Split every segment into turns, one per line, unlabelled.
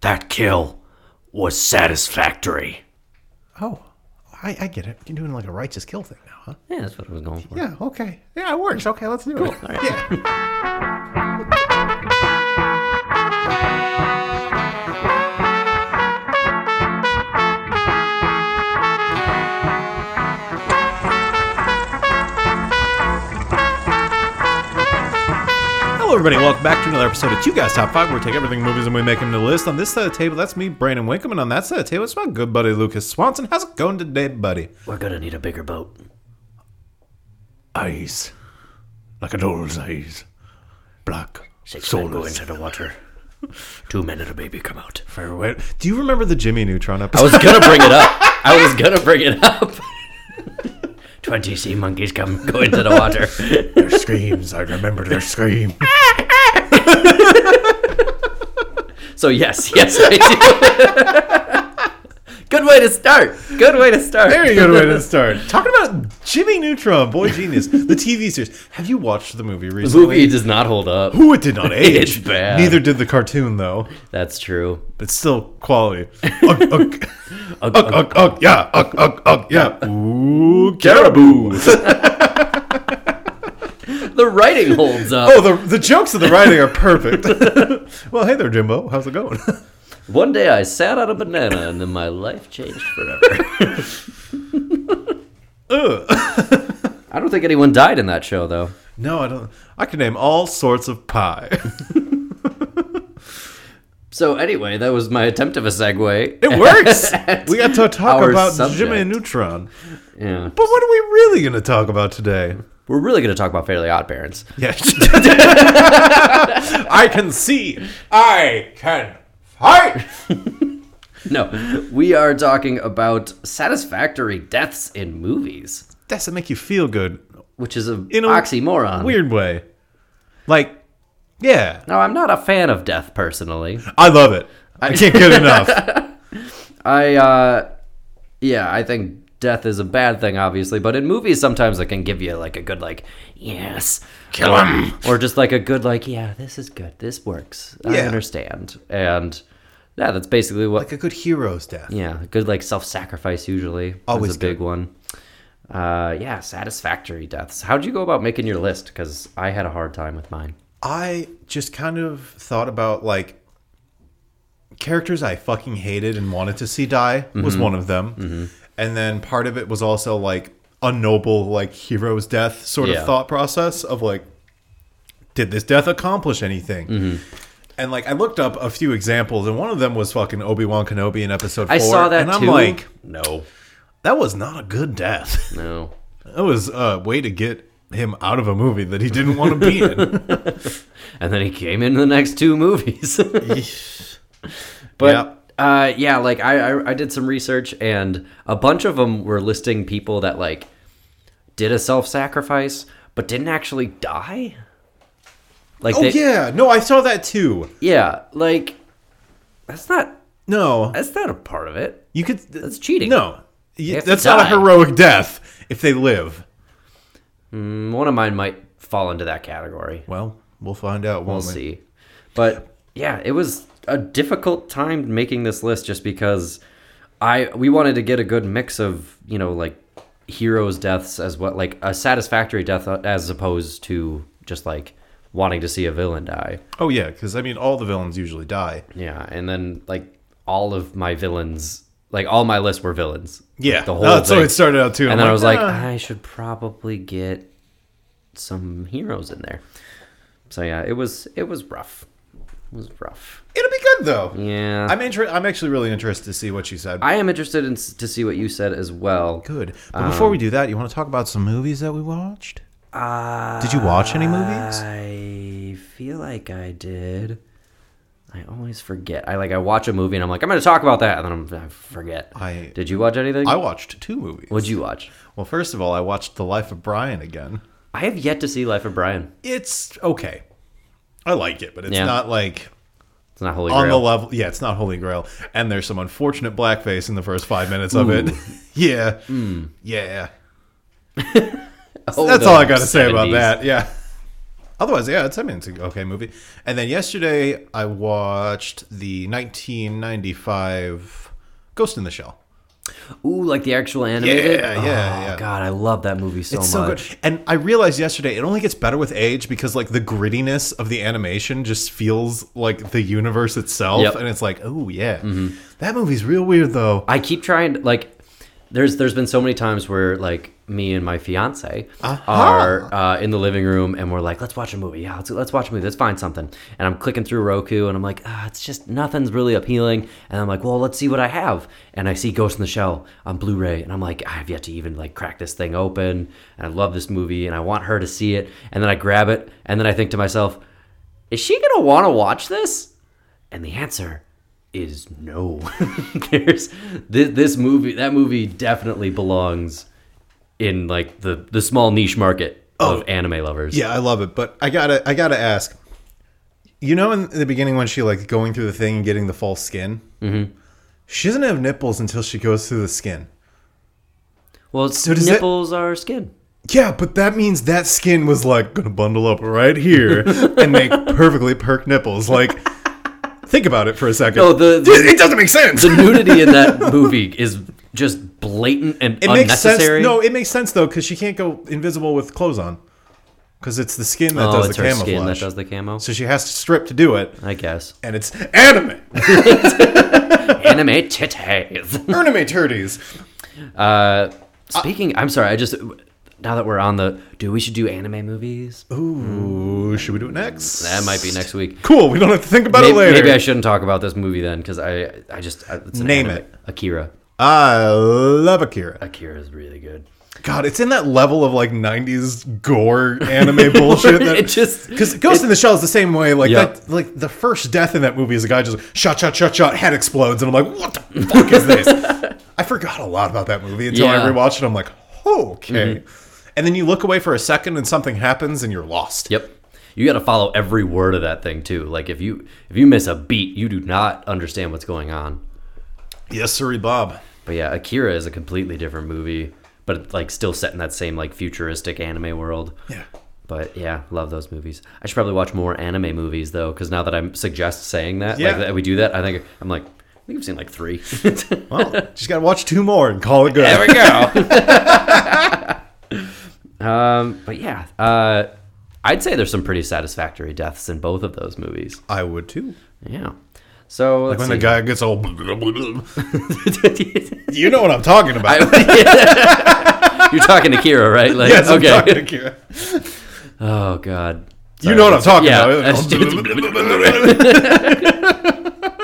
That kill was satisfactory.
Oh, I, I get it. You're doing like a righteous kill thing now, huh?
Yeah, that's what I was going for.
Yeah, okay. Yeah, it works. Okay, let's do it. Yeah. Hello, everybody. Welcome back to another episode of Two Guys Top 5, where we take everything movies and we make them to list. On this side of the table, that's me, Brandon Winkham, and on that side of the table, it's my good buddy, Lucas Swanson. How's it going today, buddy?
We're gonna need a bigger boat.
eyes, like a doll's eyes, black,
Six men go into the water. Two men and a baby come out.
Or wait- Do you remember the Jimmy Neutron
I
episode?
was gonna bring it up. I was gonna bring it up.
Twenty sea monkeys come go into the water.
their screams. I remember their scream.
So yes, yes, I do. Good way to start. Good way to start.
Very good way to start. Talking about Jimmy Neutron, boy genius, the TV series. Have you watched the movie
The
recently?
movie does not hold up.
Ooh, it did not age.
It's bad.
Neither did the cartoon, though.
That's true.
But still quality. Ugh, ugh. Ugh, ugh, ugh, yeah. Ugh, ugh, ugh, yeah. Ooh, caribou.
The writing holds up.
Oh, the, the jokes of the writing are perfect. well, hey there, Jimbo. How's it going?
One day I sat on a banana and then my life changed forever. I don't think anyone died in that show though.
no, I don't. I can name all sorts of pie.
So anyway, that was my attempt of a segue.
It works. we got to talk
Our
about
subject.
Jimmy Neutron.
Yeah.
But what are we really going to talk about today?
We're really gonna talk about Fairly Odd Parents.
Yes. I can see. I can fight.
No, we are talking about satisfactory deaths in movies,
Doesn't make you feel good.
which is an
In a
oxymoron.
Weird way. Like, yeah.
Now, I'm not a fan of death personally.
I love it. I can't get enough.
I, uh, yeah, I think death is a bad thing, obviously, but in movies, sometimes it can give you like a good, like, yes, kill him. Or just like a good, like, yeah, this is good. This works. I
Yeah.
understand. And yeah, that's basically what,
like a good hero's death.
yeah, a good, like, self sacrifice usually.
Always
is a big one. Uh, yeah, satisfactory deaths. How'd you go about making your list? Because I had a hard time with mine.
I just kind of thought about like characters I fucking hated and wanted to see die
Mm-hmm.
was one of them. And then part of it was also like a noble like hero's death sort
Yeah.
of thought process of like did this death accomplish anything?
Mm-hmm.
And like I looked up a few examples and one of them was fucking Obi-Wan Kenobi in episode 4
I saw that
and
too.
I'm like
no,
that was not a good death.
no.
that was a way to get him out of a movie that he didn't want to be in.
and then he came in the next two movies.
Yeah.
but uh, yeah, like I, I I did some research and a bunch of them were listing people that like did a self sacrifice but didn't actually die. Like
Oh
they,
yeah, no, I saw that too.
yeah, like that's not
No,
that's not a part of it.
you could.
That's cheating.
No, Y-
have to
that's not a
die.
heroic death if they live.
One of mine might fall into that category.
Well, we'll find out.
We'll
Won't we?
see. But yeah, it was a difficult time making this list just because I we wanted to get a good mix of, you know, like heroes deaths as what like a satisfactory death as opposed to just like wanting to see a villain die.
Oh yeah, because I mean, all the villains usually die.
Yeah, and then like all of my villains like all my lists were villains.
Yeah,
the whole
that's
thing.
what it started out too.
and
I'm
then I was like,
"Ah."
I should probably get some heroes in there. So yeah, it was it was rough. It was rough.
it'll be good though.
Yeah.
I'm inter- I'm actually really interested to see what you said.
I am interested in s- to see what you said as well.
Good. But before
Um,
we do that, you want to talk about some movies that we watched?
Uh,
Did you watch any movies?
I feel like I did. I always forget. I like I watch a movie and I'm like I'm going to talk about that and then I'm, I forget.
I-
did you watch anything?
I watched two movies.
What'd you watch?
Well, first of all, I watched The Life of Brian again.
I have yet to see Life of Brian.
It's okay. I like it, but it's
Yeah.
not like
It's not Holy
on
Grail.
the level. Yeah, it's not Holy Grail. And there's some unfortunate blackface in the first five minutes of it. yeah. Yeah.
Oh,
That's
the Oh,
all I got to say about
70s.
that. Yeah. Otherwise, yeah, it's I mean it's an okay movie. And then yesterday I watched the 1995 Ghost in the Shell.
Ooh, like the actual animated.
Yeah, yeah,
oh,
yeah.
God, I love that movie so
It's so
much.
good. And I realized yesterday it only gets better with age because like the grittiness of the animation just feels like the universe itself
Yep.
and it's like, "Oh yeah." That movie's real weird though.
I keep trying like there's there's been so many times where like me and my fiance are uh, in the living room and we're like let's watch a movie yeah let's, let's watch a movie let's find something and I'm clicking through Roku and I'm like ah, it's just nothing's really appealing and I'm like well let's see what I have and I see Ghost in the Shell on Blu-ray and I'm like I have yet to even like crack this thing open and I love this movie and I want her to see it and then I grab it and then I think to myself is she gonna want to watch this and the answer is no. There's this, this movie. That movie definitely belongs in like the the small niche market of anime lovers.
Oh. Yeah, I love it, but I gotta, I gotta ask. You know, in the beginning when she like going through the thing and getting the false skin, mm-hmm. she doesn't have nipples until she goes through the skin.
Well,
does it-
nipples are skin.
Yeah, but that means that skin was like gonna bundle up right here and make perfectly perk nipples. Like, think about it for a second.
No, the-
Dude, it doesn't make sense.
The nudity in that movie is just blatant and
it makes sense.
unnecessary.
No, it makes sense though because she can't go invisible with clothes on because it's the skin that
oh,
does
it's
the
her
camouflage.
skin that does the camo.
so she has to strip to do it,
I guess
and it's anime.
anime titties.
Anime turdies.
Uh, speaking, I'm sorry. I just now that we're on the, dude, we should do anime movies.
Ooh, should we do it next?
That might be next week.
Cool. We don't have to think about
Maybe,
it later.
maybe I shouldn't talk about this movie then, because I, I just I, it's an
Name
anime.
it.
Akira.
I love Akira.
Akira is really good.
God, it's in that level of like '90s gore anime bullshit. That,
It just-
because Ghost in the Shell is the same way. Like
Yeah.
that, like the first death in that movie is a guy just shot, shot, shot, shot, head explodes, and I'm like, what the fuck is this? I forgot a lot about that movie until I
Yeah. Mm-hmm.
rewatched it. I'm like, okay. And then you look away for a second, and something happens, and you're lost.
Yep. You got to follow every word of that thing too. Like if you if you miss a beat, you do not understand what's going on.
Yes, sirree, Bob.
But yeah, Akira is a completely different movie, but like still set in that same like futuristic anime world.
Yeah.
But yeah, love those movies. I should probably watch more anime movies though, because now that I'm suggest saying that,
Yeah.
like that we do that, I think I'm like I think I've seen like three.
Well, just gotta watch two more and call it good.
There we go. um, but yeah, uh, I'd say there's some pretty satisfactory deaths in both of those movies.
I would too.
Yeah. So
When
let's
the
see.
guy gets all, you know what I'm talking about.
you're talking to Kira, right? Like,
Yes, I'm
okay.
talking to Kira.
Oh God.
You know what I'm talking
Yeah,
about.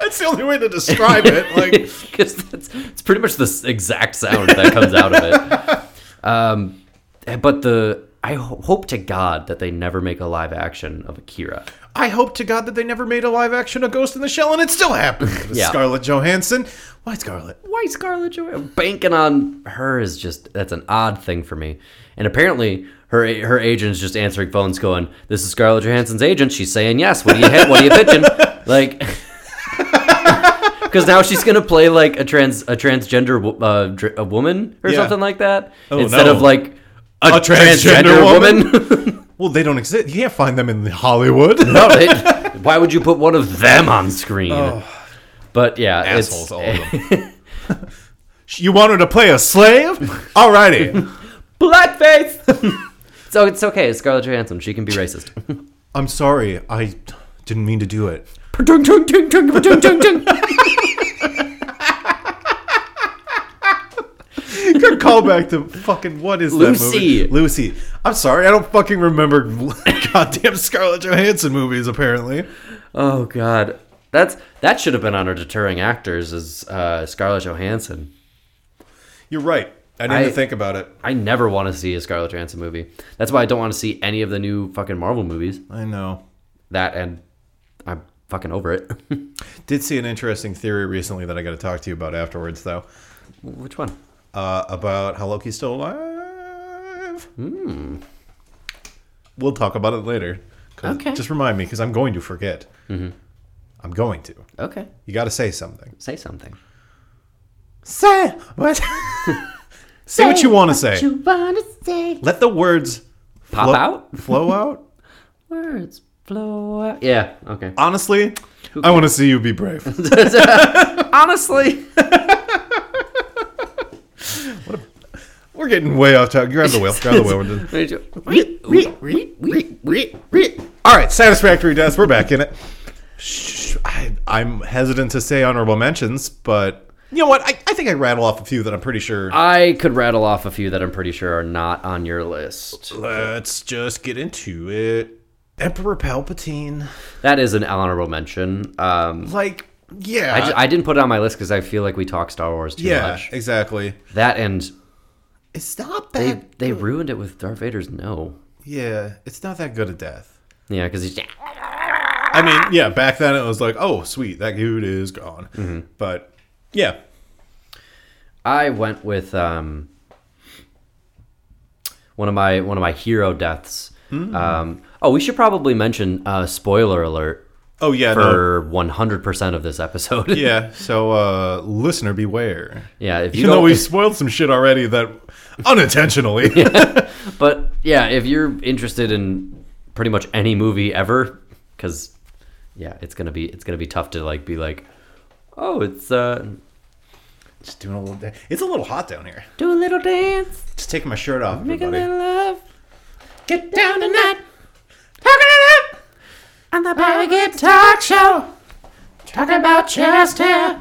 That's the only way to describe it. Like,
Because that's it's pretty much the s- exact sound that comes out of it. Um, but the I ho- hope to God that they never make a live action of Akira.
I hope to God that they never made a live action of Ghost in the Shell, and it still happened.
Yeah.
Scarlett Johansson. Why Scarlett?
why Scarlett Johansson banking on her is just that's an odd thing for me. And apparently her her agent's just answering phones, going, "This is Scarlett Johansson's agent. She's saying yes. What do you hit? What are you bitching?" Like, because now she's gonna play like a trans a transgender wo- uh, dr- a woman or
Yeah. Oh,
something like that instead
no.
of like a,
transgender
transgender, woman.
Well, they don't exist. You can't find them in Hollywood.
No, they- why would you put one of them on screen? But yeah, it's-
Oh. Assholes, all of them. you wanted to play a slave? Alrighty.
blackface. so it's okay. It's Scarlett Johansson. She can be racist.
I'm sorry. I didn't mean to do it. Good callback to fucking what is
Lucy.
that movie? Lucy. I'm sorry, I don't fucking remember goddamn Scarlett Johansson movies. Apparently,
oh God, that's that should have been on our deterring actors is uh, Scarlett Johansson.
you're right. I didn't
I-
even think about it.
I never want to see a Scarlett Johansson movie. That's why I don't want to see any of the new fucking Marvel movies.
I know.
That and I'm fucking over it.
Did see an interesting theory recently that I got to talk to you about afterwards, though,
Which one?
uh, about how Loki's still alive. Hmm. We'll talk about it later. 'Cause-
Okay.
Just remind me because I'm going to forget. Mm-hmm. I'm going to.
Okay,
You got to say something.
say something.
Say what? say what you want to say. Let the words
Pop
Flo-
out?
flow out.
Words flow out. Yeah, okay.
Honestly, I want to see you be brave. what
Honestly,
a- we're getting way off topic. Grab the wheel. Grab the wheel. We're just- All right, satisfactory death. We're back in it. Shh, I, I'm hesitant to say honorable mentions, but you know what? I, I think I rattle off a few that I'm pretty sure.
I could rattle off a few that I'm pretty sure are not on your list.
Let's just get into it. Emperor Palpatine.
That is an honorable mention. Um,
Like, yeah.
I, ju- I didn't put it on my list because I feel like we talk Star Wars too
yeah,
much.
exactly.
That and
It's not
they,
that.
they ruined it with Darth Vader's no.
yeah, it's not that good a death.
Yeah, because he's
I
Ah.
mean, yeah, back then it was like, oh, sweet, that dude is gone.
Mm-hmm.
But yeah,
I went with um, one of my one of my hero deaths.
Hmm.
Um, oh, we should probably mention uh, spoiler alert
oh yeah, no.
for one hundred percent of this episode.
yeah. So, uh, listener, beware.
yeah. If you
Even though
don't,
we spoiled some shit already that unintentionally.
but yeah, if you're interested in pretty much any movie ever, because yeah, it's gonna be it's gonna be tough to like be like, oh, it's uh,
Just doing a little. da- It's a little hot down here.
do a little dance,
Just taking my shirt off,
make a
everybody.
little love,
Get down and out.
on the Bag It Talk Show.
Talk about chest hair.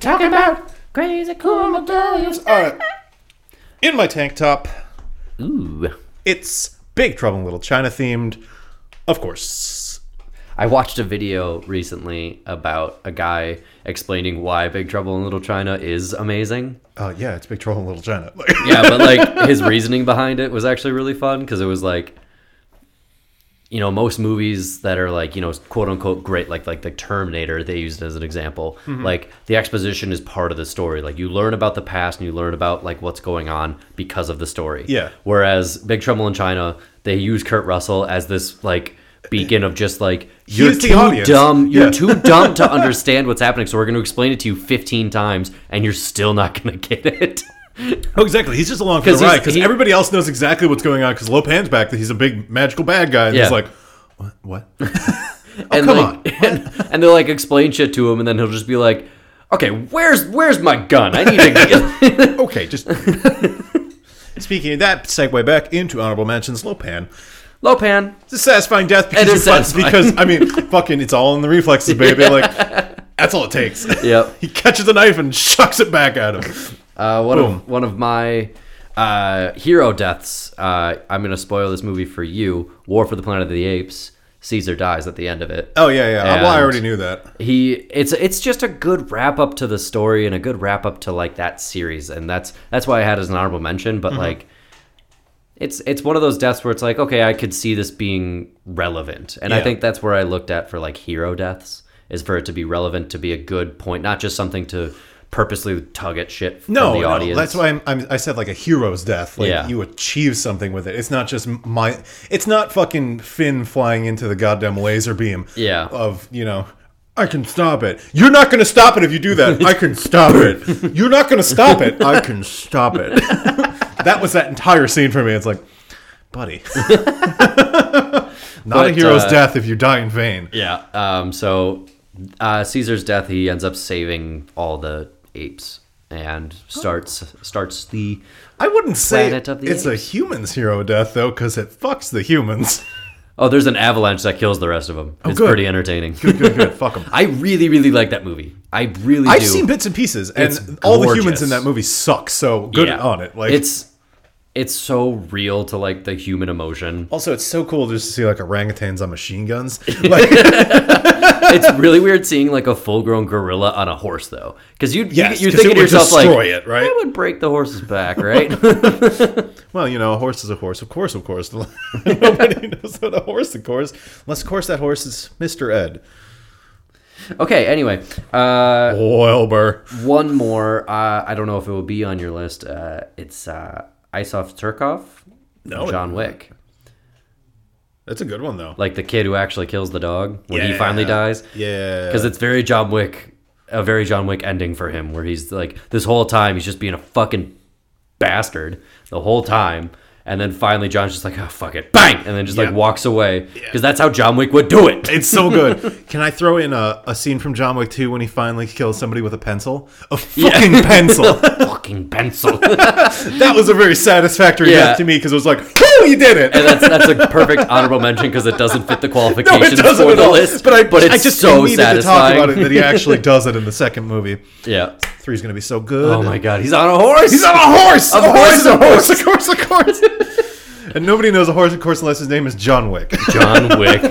Talk about
Crazy cool McDonald's.
All right. In my tank top,
Ooh.
it's Big Trouble in Little China themed, of course.
I watched a video recently about a guy explaining why Big Trouble in Little China is amazing.
Oh yeah, it's Big Trouble in Little China.
Yeah, but like his reasoning behind it was actually really fun because it was like, you know, most movies that are like you know quote unquote great, like like the Terminator, they used it as an example.
Mm-hmm.
Like the exposition is part of the story. Like you learn about the past and you learn about like what's going on because of the story.
Yeah.
Whereas Big Trouble in China, they use Kurt Russell as this like beacon of just like you're
is the
too
audience.
dumb. You're
Yeah.
too dumb to understand what's happening. So we're going to explain it to you 15 times, and you're still not going to get it.
oh, exactly. He's just along for
'Cause
the
he's-
ride because
he-
everybody else knows exactly what's going on because Lopan's back. That he's a big magical bad guy, and
Yeah.
he's like, what? What? Oh,
and
come
like, And, and they'll like explain shit to him, and then he'll just be like, "Okay, where's where's my gun? I need to." Get...
okay, just. Speaking of that, segue back into honorable mentions. Lopan,
Lopan,
it's a satisfying death
It
because
is
you fuck-
satisfying.
because I mean, fucking, it's all in the reflexes, baby. Like that's all it takes.
Yep.
he catches a knife and shucks it back at him.
uh, one
Boom.
of one of my uh, hero deaths. Uh, I'm gonna spoil this movie for you. War for the Planet of the Apes. Caesar dies at the end of it.
Oh yeah, yeah. well, I
And-
already knew that.
he it's it's just a good wrap up to the story and a good wrap up to like that series and that's that's why I had it as an honorable mention
Mm-hmm.
but like it's it's one of those deaths where it's like okay I could see this being relevant and I
Yeah.
think that's where I looked at for like hero deaths is for it to be relevant to be a good point not just something to purposely tug at shit from
No,
the
no,
audience
that's why I'm, I'm, I said like a hero's death. Like
Yeah.
you achieve something with it. It's not just my. It's not fucking Finn flying into the goddamn laser beam.
Yeah.
Of you know, I can stop it. You're not gonna stop it if you do that. I can stop it. You're not gonna stop it. I can stop it. that was that entire scene for me. It's like, buddy. not a
But,
hero's
uh,
death if you die in vain.
yeah um so uh, Caesar's death he ends up saving all the apes and starts starts the
I wouldn't say
Planet of the
it's a
Apes.
human's hero death though, because it fucks the humans.
Oh, there's an avalanche that kills the rest of them. it's
Oh, good.
pretty entertaining.
Good, good, good. Fuck them.
I really, really like that movie. I really
I've
do.
seen bits and pieces,
It's
and all the humans
gorgeous.
in that movie suck. So good on it. Like
it's it's so real to like the human emotion.
also, it's so cool just to see like orangutans on machine guns. Like
it's really weird seeing like a full-grown gorilla on a horse though, because you
Yes,
you
'cause
thinking
it
to
would
yourself like,
destroy it, right?
I would break the horse's back, right?
well, you know, a horse is a horse. Of course, of course. Nobody knows what a horse, of course, unless of course that horse is Mister Ed.
okay. Anyway, uh,
Wilbur.
one more. Uh, I don't know if it will be on your list. Uh, it's uh, Isov Turkov,
No, it-
John Wick.
That's a good one though.
like the kid who actually kills the dog when he
Yeah.
finally dies.
Yeah.
Because it's very John Wick, a very John Wick ending for him, where he's like, this whole time he's just being a fucking bastard the whole time. And then finally, John's just like, oh, fuck it. Bang! And then just like walks away. Because that's how John Wick would do it.
It's so good. Can I throw in a, a scene from John Wick 2 when he finally kills somebody with a pencil? A fucking pencil.
Fucking pencil.
That was a very satisfactory
Yeah.
death to me because it was like, whoo, you did it.
And that's, that's a perfect honorable mention because it doesn't fit the
No, it
qualifications
doesn't
for
at
the
all.
list.
but I,
it's
I just
so
needed
satisfying.
to talk about it that he actually does it in the second movie.
Yeah.
Three's gonna be so good.
Oh my god, he's on a horse.
He's on a horse.
A
A,
horse
horse,
is
a horse, a horse, a horse. and nobody knows a horse, of course, unless his name is John Wick.
John Wick.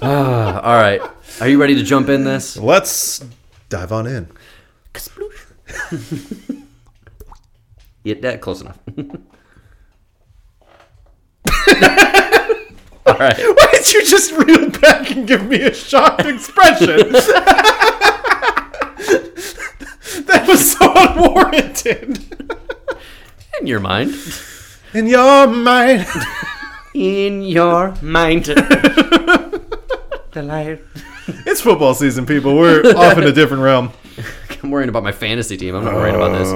Ah, all right. Are you ready to jump in this?
Let's dive on in.
Yeah, that close enough. all right.
Why did you just reel back and give me a shocked expression? that was so unwarranted.
In your mind.
In your mind.
In your mind.
It's football season, people. We're off in a different realm.
I'm worrying about my fantasy team. I'm not worried about this.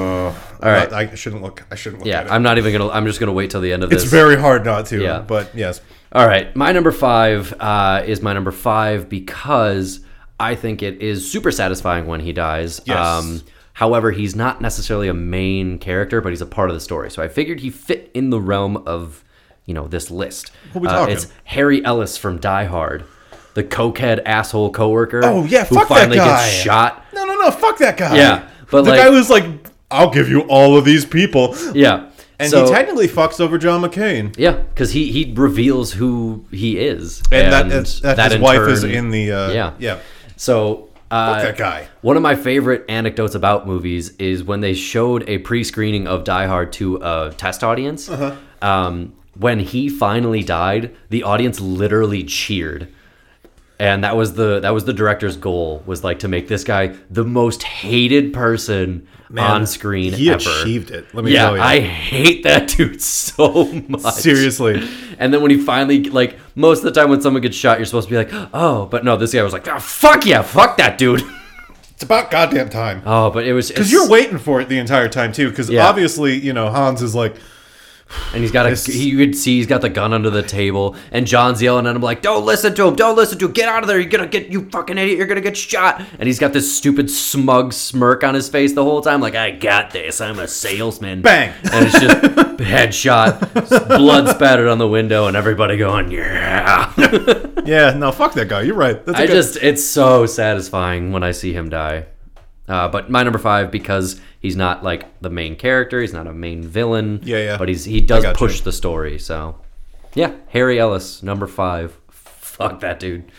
All
right.
I shouldn't look. I shouldn't look
Yeah,
at it.
I'm not even gonna. I'm just gonna wait till the end of
it's
this.
very hard not to.
Yeah.
But yes.
All right, my number five uh, is my number five because I think it is super satisfying when he dies. Um,
Yes.
however, he's not necessarily a main character, but he's a part of the story. So I figured he fit in the realm of you know this list. Uh,
Who we talking?
it's Harry Ellis from Die Hard, the cokehead asshole coworker.
Oh, yeah,
who
fuck that
finally
guy.
gets shot.
No, no, no. Fuck that guy.
Yeah, but
the
like-
guy was like, "I'll give you all of these people,"
Yeah,
and
So-
he technically fucks over John McCain.
yeah, because he he reveals who he is,
And, that, that, that, his
in
wife is
turn-
in the uh,
Yeah.
yeah.
So uh,
that guy.
One of my favorite anecdotes about movies is when they showed a pre-screening of Die Hard to a test audience.
Uh-huh.
Um, when he finally died, the audience literally cheered, and that was the that was the director's goal was like to make this guy the most hated person on screen
He
ever.
achieved it. Let me
yeah,
tell you.
I hate that dude so much.
Seriously,
And then when he finally like most of the time when someone gets shot, you're supposed to be like, oh, but no, this guy was like, oh, fuck yeah, fuck that dude.
it's about goddamn time.
Oh, but it was
Because you're waiting for it the entire time too. Because
Yeah.
obviously, you know, Hans is like,
and he's got a
This-
he, you could see he's got the gun under the table and John's yelling at him like, don't listen to him, don't listen to him, get out of there, you're gonna get you fucking idiot, you're gonna get shot. And he's got this stupid smug smirk on his face the whole time, like I got this, I'm a salesman.
Bang.
and it's just headshot, blood spattered on the window, and everybody going yeah.
"Yeah, no, fuck that guy. You're right." That's a
I
good-
just it's so satisfying when I see him die. Uh, but my number five because he's not like the main character, he's not a main villain.
Yeah, yeah.
But he's he does
got
push
you.
the story. So yeah, Harry Ellis, number five. Fuck that dude.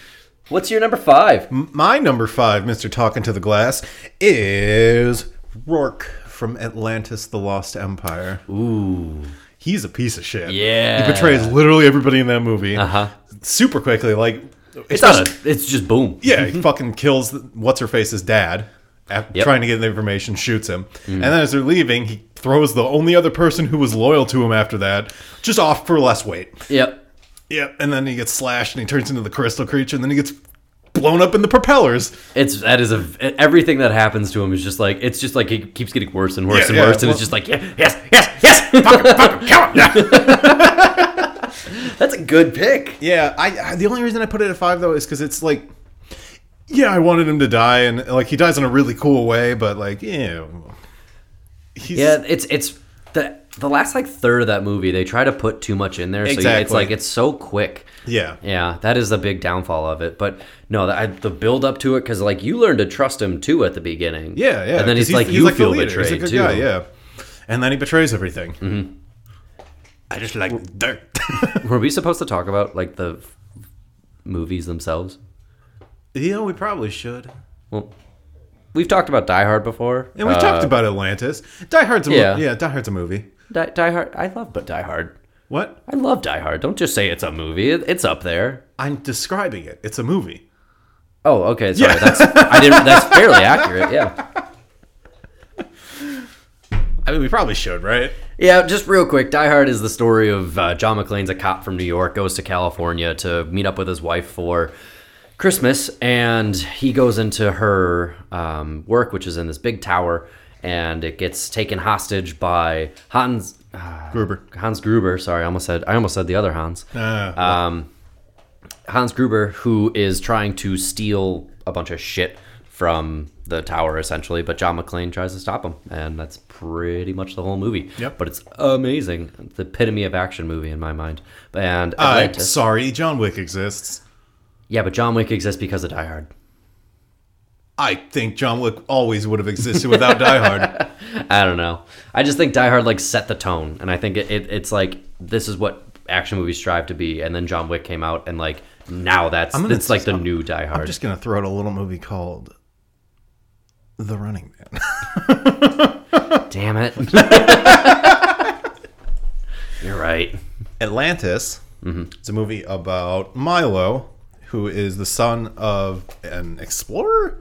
What's your number five?
my number five, Mister Talking to the Glass, is Rourke from Atlantis: The Lost Empire.
Ooh,
he's a piece of shit.
Yeah.
He betrays literally everybody in that movie.
Uh-huh.
Super quickly, like
it's not. A, it's just boom.
yeah, he fucking kills what's her face's dad. af-
Mm-hmm. Yep. Mm.
Trying to get the information, shoots him, and then as they're leaving, he throws the only other person who was loyal to him after that just off for less weight.
Yep.
Yep, and then he gets slashed, and he turns into the crystal creature, and then he gets blown up in the propellers.
It's that is a everything that happens to him is just like it's just like it keeps getting worse and worse
Yeah,
and
yeah,
worse, and
well-
it's just like yeah, yes, yes, yes. Fuck him, fuck him, kill him. That's a good pick.
Yeah, I, I the only reason I put it at five though is because it's like, yeah, I wanted him to die, and like he dies in a really cool way, but like, yeah, he's,
Yeah, it's it's the the last like third of that movie they try to put too much in there, so you- it's
Exactly.
like it's so quick.
yeah,
Yeah, that is the big downfall of it. But no, the, I, the build up to it because like you learn to trust him too at the beginning.
Yeah, yeah.
And then
'cause
he's, like, you
the
feel
leader. He's a
betrayed
good
too.
guy, yeah. And then he betrays everything.
Mm-hmm.
I just like dirt.
Were we supposed to talk about like the f- movies themselves?
Yeah, we probably should.
Well, we've talked about Die Hard before.
And we
Uh,
talked about Atlantis. Die Hard's a
yeah.
movie. Yeah, Die Hard's a movie.
Die, Uh, Die Hard. I love, but Die Hard.
What?
I love Die Hard. Don't just say it's a movie. It, it's up there.
I'm describing it. It's a movie.
Oh, okay. Sorry, that's I didn't. That's fairly accurate. Yeah.
I mean, we probably should, right?
Yeah, just real quick. Die Hard is the story of uh, John McClane's a cop from New York goes to California to meet up with his wife for Christmas, and he goes into her um, work, which is in this big tower, and it gets taken hostage by Hans
Gruber.
Hans Gruber. Sorry, I almost said I almost said the other Hans. Um,
Ah,
Hans Gruber, who is trying to steal a bunch of shit from the tower, essentially, but John McClane tries to stop him, and that's pretty much the whole movie.
Yep.
But it's amazing. It's the epitome of action movie in my mind. And
I'm
Atlantis.
sorry, John Wick exists.
yeah, but John Wick exists because of Die Hard.
I think John Wick always would have existed without Die Hard.
I don't know. I just think Die Hard like set the tone, and I think it, it, it's like this is what action movies strive to be. And then John Wick came out, and like now that's
gonna
it's like
just-
the new Die Hard.
I'm just gonna throw out a little movie called The Running Man.
Damn it! You're right.
Atlantis. It's a movie about Milo, who is the son of an explorer.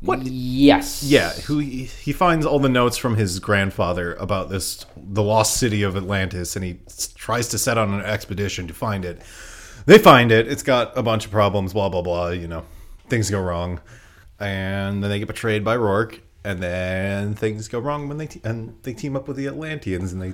What?
Yes.
Yeah, who he he finds all the notes from his grandfather about this the lost city of Atlantis, and he s- tries to set on an expedition to find it. They find it. It's got a bunch of problems. Blah blah blah. You know, things go wrong, and then they get betrayed by Rourke, and then things go wrong when they te- and they team up with the Atlanteans, and they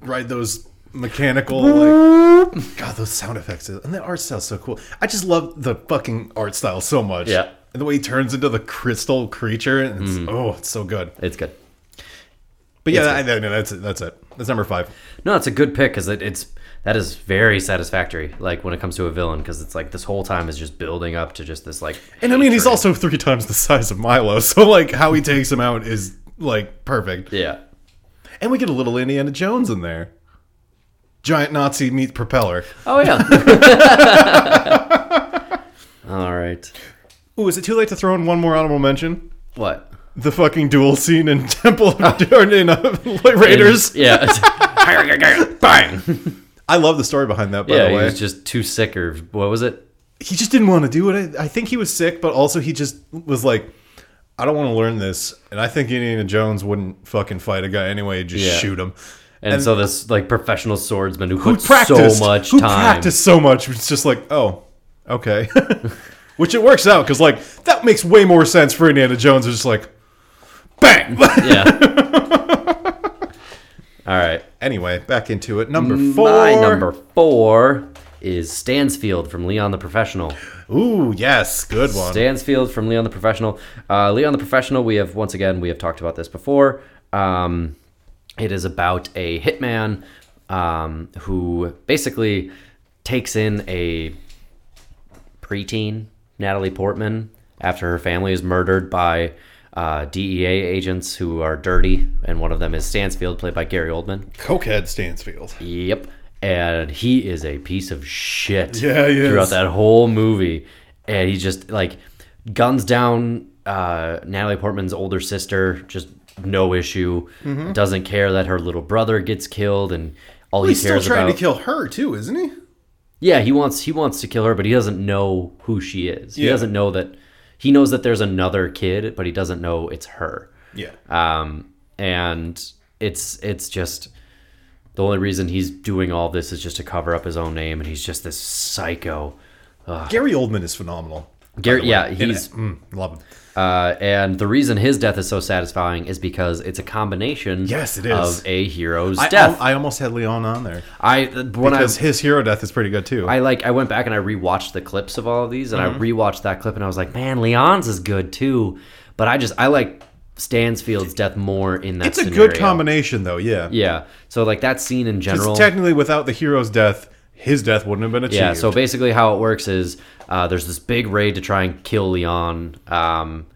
ride those mechanical like God, those sound effects and the art style's so cool. I just love the fucking art style so much.
Yeah. Mm.
And the way he turns into the crystal creature, and it's, oh, it's so good.
It's good.
But yeah, I, I, no, that's it. That's it. That's number five.
No, it's a good pick because it, it's that is very satisfactory. Like when it comes to a villain, because it's like this whole time is just building up to just this like.
And I mean, he's
hatred.
also three times the size of Milo, so like how he takes him out is like perfect.
yeah.
And we get a little Indiana Jones in there. Giant Nazi meat propeller.
Oh yeah. All right.
Ooh, is it too late to throw in one more honorable mention?
What?
The fucking duel scene in Temple of or in, uh, Raiders.
Yeah. Bang.
I love the story behind that. By
Yeah,
the
he
way,
was just too sick or what was it?
he just didn't want to do it. I, I think he was sick, but also he just was like, I don't want to learn this. And I think Indiana Jones wouldn't fucking fight a guy anyway. Just
Yeah.
shoot him.
And,
And-
so this like professional swordsman who,
Who
put
practiced
so much
who
time.
practiced so much. It's just like, oh, okay. Which it works out because like that makes way more sense for Indiana Jones. It's just like, bang.
Yeah. All right.
anyway, back into it. Number four.
My number four is Stansfield from Leon the Professional.
Ooh, yes, good one.
Stansfield from Leon the Professional. Uh, Leon the Professional, we have, once again, we have talked about this before. Um, it is about a hitman um, who basically takes in a preteen, Natalie Portman, after her family is murdered by uh, DEA agents who are dirty, and one of them is Stansfield, played by Gary Oldman.
Cokehead Stansfield.
Yep. And he is a piece of shit.
Yeah, he is.
Throughout that whole movie. And he just like guns down uh, Natalie Portman's older sister, just no issue.
Mm-hmm.
Doesn't care that her little brother gets killed and all he
He's still
cares
trying
about.
to kill her too, isn't he?
yeah, he wants he wants to kill her, but he doesn't know who she is. He
Yeah.
doesn't know that he knows that there's another kid, but he doesn't know it's her
Yeah.
um, and it's it's just the only reason he's doing all this is just to cover up his own name, and he's just this psycho.
Gary Oldman is phenomenal.
Gary, yeah, he's
Mm, love him.
uh, and the reason his death is so satisfying is because it's a combination.
Yes, it is.
of a hero's
I,
death. I,
I almost had Leon on there
when I
because his hero death is pretty good too.
I like I went back and I rewatched the clips of all of these and
Mm-hmm.
I rewatched that clip and I was like, man, Leon's is good too, but I just I like Stansfield's death more in that.
it's a good
scenario.
combination though. Yeah.
Yeah, so like that scene in general.
Because technically, without the hero's death, his death wouldn't have been achieved.
Yeah, so basically how it works is uh, there's this big raid to try and kill Leon, um,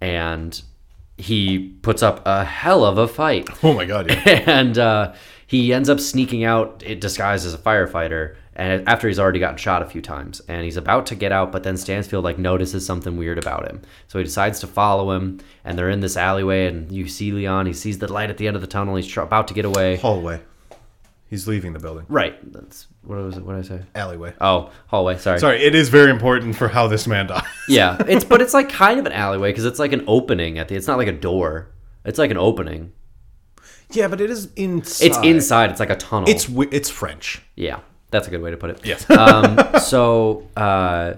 and he puts up a hell of a fight.
oh my god, yeah.
and uh, he ends up sneaking out it disguised as a firefighter and after he's already gotten shot a few times and he's about to get out but then stansfield like notices something weird about him so he decides to follow him and they're in this alleyway and you see leon he sees the light at the end of the tunnel he's tr- about to get away
hallway. He's leaving the building.
right that's what was it what did i say
Alleyway.
oh hallway sorry
Sorry, it is very important for how this man dies.
yeah, it's but it's like kind of an alleyway because it's like an opening at the. It's not like a door. It's like an opening.
yeah, but it is inside.
It's inside. It's like a tunnel.
It's wi- it's French.
yeah, that's a good way to put it.
Yes.
Um, so, uh,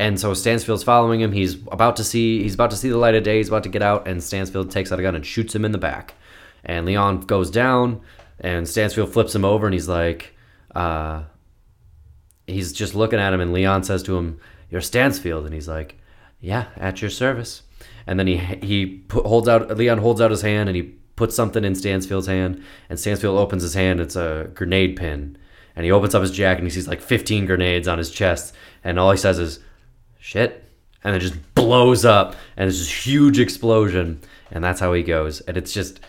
and so Stansfield's following him. He's about to see. He's about to see the light of day. He's about to get out, and Stansfield takes out a gun and shoots him in the back. And Leon goes down, and Stansfield flips him over, and he's like, uh, he's just looking at him, and Leon says to him, "You're Stansfield," and he's like, "Yeah, at your service." And then he he put, holds out Leon holds out his hand, and he puts something in Stansfield's hand, and Stansfield opens his hand. It's a grenade pin, and he opens up his jacket, and he sees like 15 grenades on his chest, and all he says is, "Shit." And it just blows up, and it's this huge explosion, and that's how he goes. And it's just,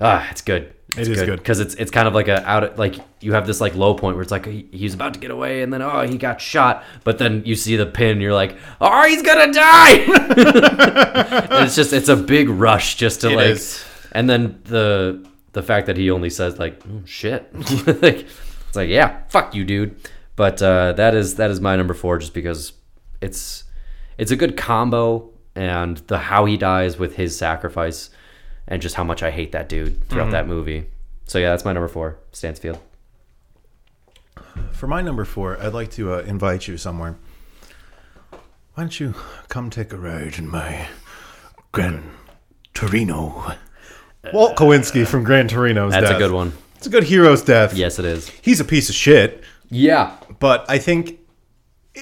ah, it's good. It's
is good.
because it's it's kind of like a out like you have this like low point where it's like he- he's about to get away and then oh he got shot but then you see the pin you're like oh he's gonna die and it's just it's a big rush just to
It
like
is.
and then the the fact that he only says like oh, shit like it's like yeah fuck you dude but uh, that is that is my number four just because it's it's a good combo and the how he dies with his sacrifice and just how much I hate that dude
Mm-hmm.
throughout that movie. So yeah, that's my number four, Stansfield.
For my number four, I'd like to uh, invite you somewhere. Why don't you come take a ride?
Ride in my Gran Torino.
Walt Kowinski from Gran Torino's
Uh, That's
death.
a good one.
It's a good hero's death.
Yes, it is.
He's a piece of shit,
Yeah.
but I think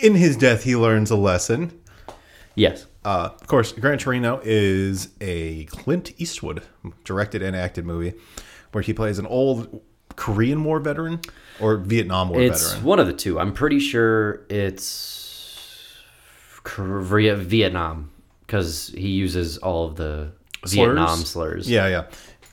in his death he learns a lesson.
Yes.
Uh, of course, Gran Torino is a Clint Eastwood directed and acted movie where he plays an old Korean War veteran or Vietnam War
It's
veteran.
one of the two. I'm pretty sure it's Korea, Vietnam, because he uses all of the Vietnam slurs.
Yeah, yeah.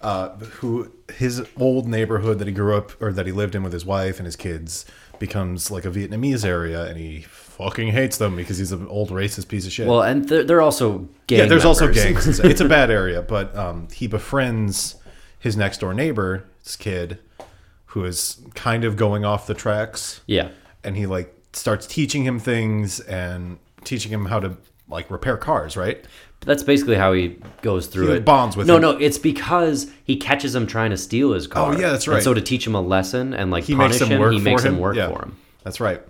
Uh, who his old neighborhood that he grew up or that he lived in with his wife and his kids becomes like a Vietnamese area, and he fucking hates them because he's an old racist piece of shit.
Well, and they're, they're also gang
yeah, there's also
members.
gangs. It's- it's a bad area, but um, he befriends his next door neighbor, this kid, who is kind of going off the tracks
Yeah.
and he like starts teaching him things and teaching him how to like repair cars, right?
That's basically how he goes through
He
it.
bonds with
no,
him.
no. It's because he catches him trying to steal his car.
Oh, yeah, that's
And
right.
so to teach him a lesson and like
he
punish
makes him,
him,
work
he
for
makes
him.
him, work
Yeah,
for him.
That's right.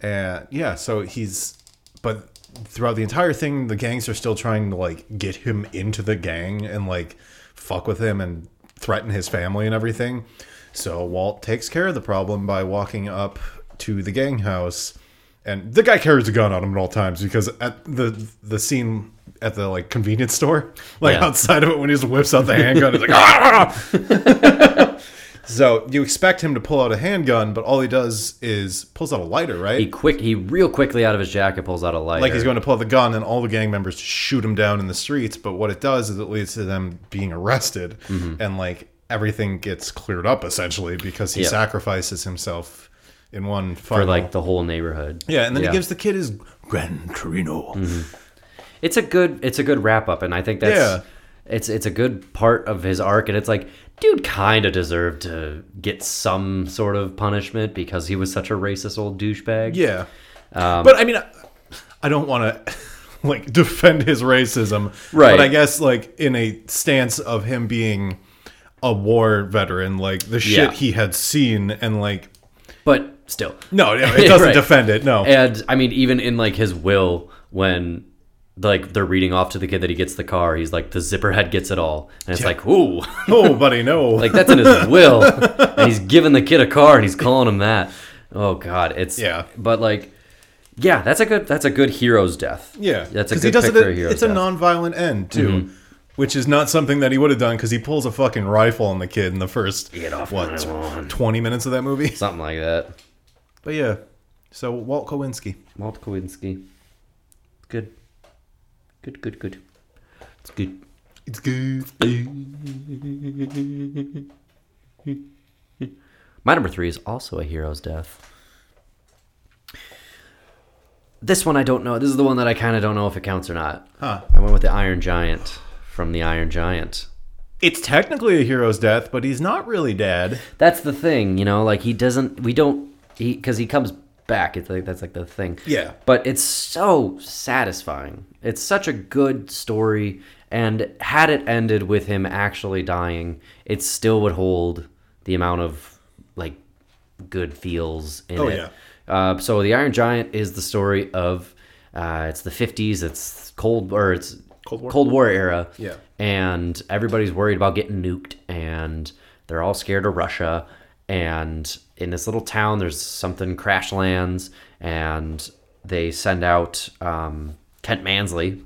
And yeah, so he's but throughout the entire thing the gangs are still trying to like get him into the gang and like fuck with him and threaten his family and everything. So Walt takes care of the problem by walking up to the gang house and the guy carries a gun on him at all times because at the the scene at the like convenience store, like
Yeah.
outside of it when he just whips out the handgun, he's like, ah! So you expect him to pull out a handgun, but all he does is pulls out a lighter, right?
He quick, he real quickly out of his jacket pulls out a lighter.
like he's going to pull out the gun, and all the gang members shoot him down in the streets. But what it does is it leads to them being arrested,
Mm-hmm.
and like everything gets cleared up essentially because he
Yeah.
sacrifices himself in one final.
for like the whole neighborhood.
yeah, and then he gives the kid his
Gran Torino.
Mm-hmm. It's a good, it's a good wrap up, and I think that's
Yeah.
it's it's a good part of his arc, and it's like dude kind of deserved to get some sort of punishment because he was such a racist old douchebag.
yeah.
Um,
but I mean, I, I don't want to like defend his racism,
Right.
But I guess like in a stance of him being a war veteran, like the shit
Yeah.
he had seen, and like
but still,
No, no, it doesn't
Right.
defend it. No.
And I mean, even in like his will, when like they're reading off to the kid that he gets the car, he's like the zipper head gets it all, and it's like ooh,
oh, buddy, no.
like that's in his will, and he's giving the kid a car and he's calling him that. Oh God, it's
Yeah.
but like. Yeah, that's a good. That's a good hero's death.
yeah,
that's a
'Cause
good
does
pick
it-
for a hero's
It's a
death.
non-violent end too,
Mm-hmm.
which is not something that he would have done because he pulls a fucking rifle on the kid in the first
Get off
what
my lawn.
twenty minutes of that movie.
something like that.
But yeah, so Walt Kowinski.
Walt Kowinski, good, good, good, good. It's good.
It's good.
My number three is also a hero's death. This one I don't know. This is the one that I kind of don't know if it counts or not.
Huh.
I went with the Iron Giant from the Iron Giant.
It's technically a hero's death, but he's not really dead.
That's the thing, you know. Like he doesn't. We don't. He because he comes back. It's like that's like the thing.
Yeah.
But it's so satisfying. It's such a good story. And had it ended with him actually dying, it still would hold the amount of like good feels in
Oh,
it.
yeah.
Uh, so the Iron Giant is the story of uh, it's the 50s. It's cold or it's
Cold War.
Cold War era.
Yeah.
And everybody's worried about getting nuked and they're all scared of Russia. And in this little town, there's something crash lands and they send out um, Kent Mansley.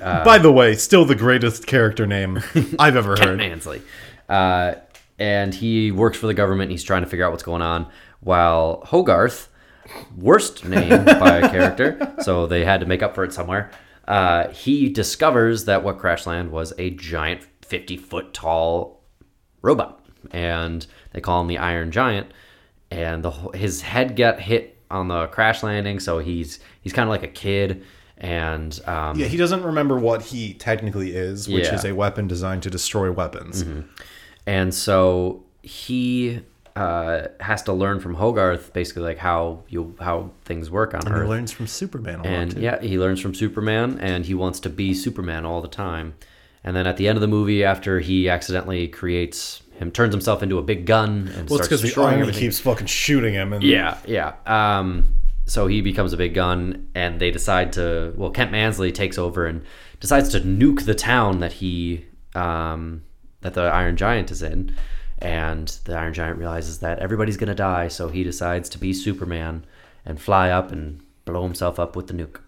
By the way, still the greatest character name I've ever
Kent
heard.
Mansley. Uh, and he works for the government. He's trying to figure out what's going on. While Hogarth, worst name by a character, so they had to make up for it somewhere. Uh, he discovers that what Crashland was a giant, fifty foot tall robot, and they call him the Iron Giant. And the wh- his head got hit on the crash landing, so he's he's kind of like a kid. And um,
Yeah, he doesn't remember what he technically is, which
Yeah.
is a weapon designed to destroy weapons.
and so he uh, has to learn from Hogarth basically like how you how things work on
He
Earth.
learns from Superman a lot.
And
too.
yeah, he learns from Superman, and he wants to be Superman all the time. And then at the end of the movie, after he accidentally creates him, turns himself into a big gun, and
Well, it's
starts
because the
destroying
army
everything.
keeps fucking shooting him, and
Yeah, yeah. Um, so he becomes a big gun, and they decide to. Well, Kent Mansley takes over and decides to nuke the town that he um, that the Iron Giant is in, and the Iron Giant realizes that everybody's gonna die, so he decides to be Superman and fly up and blow himself up with the nuke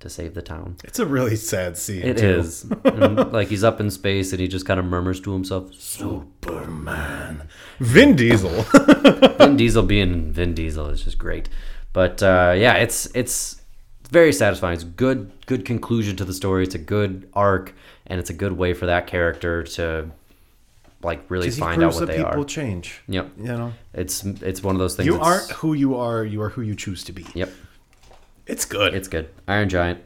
to save the town.
it's a really sad scene.
It
too.
is And, like he's up in space, and he just kind of murmurs to himself,
Vin Diesel.
Vin Diesel being Vin Diesel is just great. But uh, yeah, it's it's very satisfying. It's good good conclusion to the story. It's a good arc, and it's a good way for that character to like really
Because he
find out
proves
what
that
they
people
are.
change.
Yep.
You know,
It's it's one of those things.
you
that's-
aren't who you are. You are who you choose to be.
Yep,
It's good.
it's good. Iron Giant,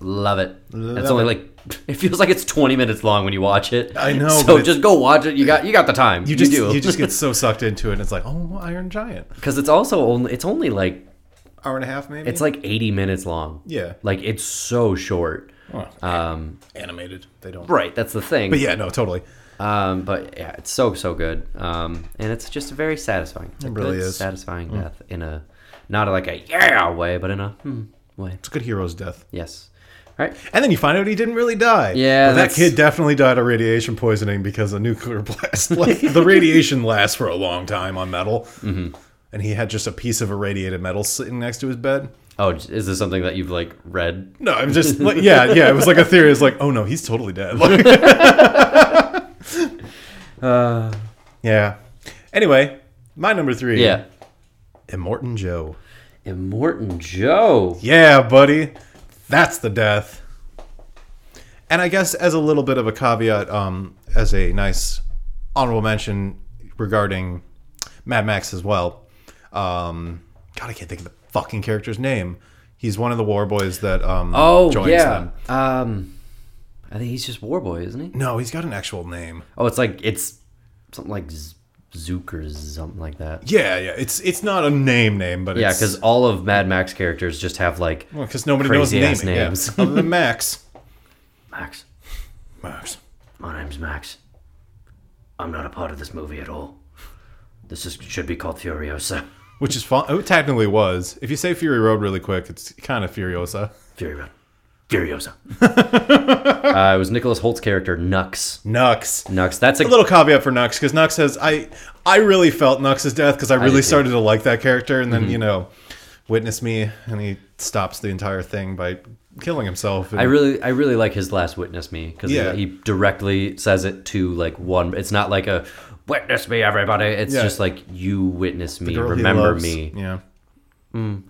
love it.
Hmm. Love
it's only
it.
like it feels like it's twenty minutes long when you watch it.
I know, but
So
it's-
just go watch it. You got you got the time.
you just
you,
you,
do.
just get so sucked into it. and It's like oh, Iron Giant,
because it's also only it's only like
hour and a half maybe.
it's like eighty minutes long.
Yeah.
like it's so short.
animated. They don't.
um, Right, that's the thing.
But yeah, no, totally.
Um, but yeah, it's so so good. Um, and it's just very satisfying. It's a
It really
good,
is. Mm.
satisfying death in a not like a yeah way, but in a hmm way.
It's a good hero's death.
Yes. All right.
And then you find out he didn't really die.
Yeah,
But that
that's-
kid definitely died of radiation poisoning because a nuclear blast. Like, the radiation lasts for a long time on metal. Mm-hmm. And he had just a piece of irradiated metal sitting next to his bed.
Oh, j- is this something that you've like read?
No, I'm just like, yeah, yeah. It was like a theory. It's like, oh no, he's totally dead. Like,
Uh.
yeah. Anyway, my number three.
Yeah.
Immortan Joe.
Immortan Joe.
Yeah, buddy. That's the death. And I guess as a little bit of a caveat, um, as a nice honorable mention regarding Mad Max as well. Um, God, I can't think of the fucking character's name. He's one of the war boys that um,
Oh
joins
yeah.
them.
Um, I think he's just war boy, isn't he?
No, he's got an actual name.
Oh, it's like it's something like Z- Zook or something like that.
Yeah, yeah. It's it's not a name name, but
Yeah,
it's,
because all of Mad Max characters just have like
because nobody knows
crazy ass
naming. yeah.
names.
Other than Max.
Max,
Max.
my name's Max. I'm not a part of this movie at all. This is, should be called Furiosa.
Which is fun. Oh, It technically was. If you say Fury Road really quick, it's kind of Furiosa.
Fury Road. Furiosa.
Uh, it was Nicholas Holt's character Nux.
Nux.
Nux. That's a,
A little caveat for Nux because Nux has I I really felt Nux's death because I really
too. Mm-hmm.
started to like that character and then you know witness me and he stops the entire thing by killing himself. And
I really, I really like his last witness me because
Yeah.
he, directly says it to like one. It's not like a witness me, everybody. It's
Yeah.
just like you witness me,
girl he
remember
loves.
me.
Yeah,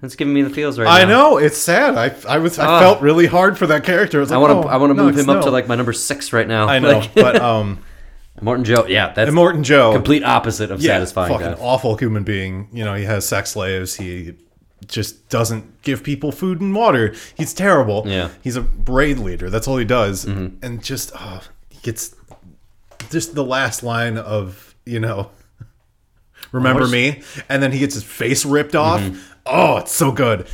It's giving me the feels right
I
now.
know it's sad. I I was I
Ah.
felt really hard for that character. I was
I
like,
want to,
"No,
I want to move
Nux,
him up to
no."
like my number six right now.
I know,
Like,
but um,
Morton Joe. Yeah, that's
Immortan Joe,
complete opposite of satisfying.
fucking
death.
awful human being. You know, he has sex slaves. He just doesn't give people food and water. He's terrible.
Yeah. Mm-hmm.
he's a raid leader. That's all he does. And just oh, he gets just the last line of you know, remember me, and then he gets his face ripped off.
Mm-hmm.
Oh, it's so good.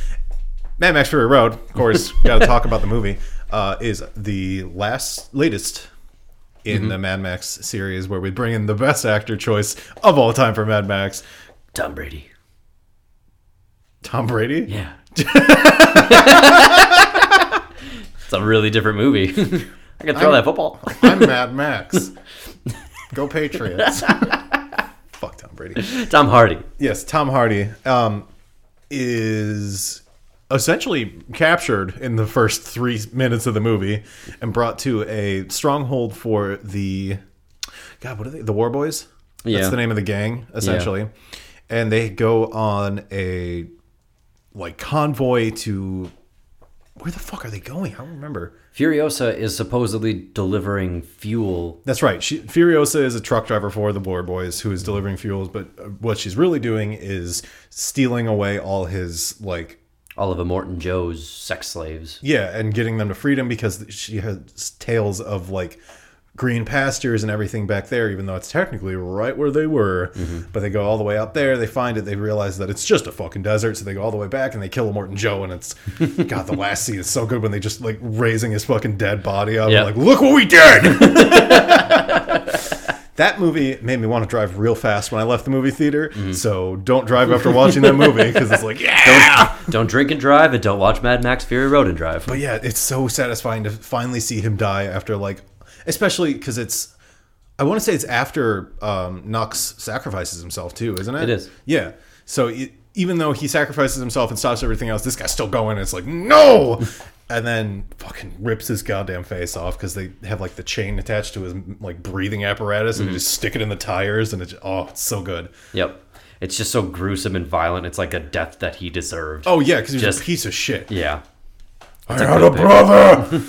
Mad Max Fury Road, of course, got to talk about the movie. Uh, is the last latest in the Mad Max series where we bring in the best actor choice of all time for Mad Max,
Tom Brady.
Tom Brady.
Yeah.
It's a really different movie. I can throw
I'm-
that football.
I'm Mad Max. Go Patriots. Fuck Tom Brady.
Tom Hardy.
Yes, Tom Hardy um, is essentially captured in the first three minutes of the movie and brought to a stronghold for the God. What are they? The War Boys.
Yeah.
That's the name of the gang, essentially. And they go on a like convoy to where the fuck are they going? I don't remember.
Furiosa is supposedly delivering fuel.
That's right. She, Furiosa is a truck driver for the Boer Boys who is delivering fuels, but uh, what she's really doing is stealing away all his like
Oliver Morton Joe's sex slaves.
yeah, and getting them to freedom because she has tales of like green pastures and everything back there, even though it's technically right where they were. But they go all the way out there, they find it, they realize that it's just a fucking desert, so they go all the way back and they kill Morton Joe, and it's God, the last scene is so good when they just like raising his fucking dead body up,
Yeah.
like look what we did. That movie made me want to drive real fast when I left the movie theater. So don't drive after watching that movie because it's like, yeah,
Don't drink and drive, and don't watch Mad Max Fury Road and Drive.
But yeah, it's so satisfying to finally see him die after like, especially because it's, I want to say it's after um, Knox sacrifices himself too, isn't it?
It is.
Yeah. So e- even though he sacrifices himself and stops everything else, this guy's still going. And it's like no, and then fucking rips his goddamn face off because they have like the chain attached to his like breathing apparatus
Mm-hmm.
and they just stick it in the tires and it's oh, it's so good.
Yep. It's just so gruesome and violent. It's like a death that he deserved.
Oh yeah, because he's
Just-
a piece of shit.
Yeah.
I had a brother.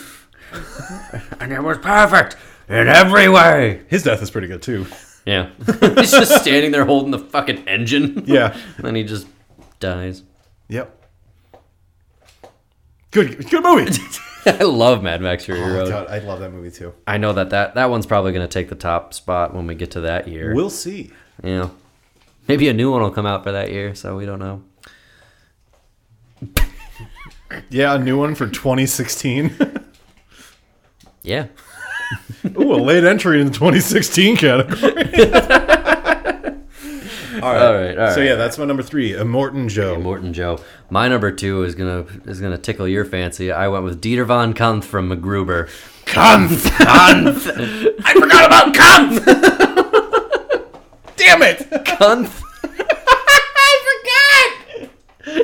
And it was perfect in every way.
his death is pretty good too.
Yeah. He's just standing there holding the fucking engine.
Yeah.
And then he just dies.
Yep. Good, good movie.
I love Mad Max Fury Road.
Oh, God, I love that movie too.
I know that, that that one's probably going to take the top spot when we get to that year.
We'll see.
yeah. Maybe a new one will come out for that year, so we don't know.
Yeah, a new one for 2016.
Yeah.
Ooh, a late entry in the 2016 category. all right,
All right. All right.
So yeah, that's my number three, a Morton Joe.
Morton Joe. My number two is gonna is gonna tickle your fancy. I went with Dieter von Kuntz from MacGruber.
Kampf!
I forgot about Kuntz.
Damn it!
Kuntz. I forgot.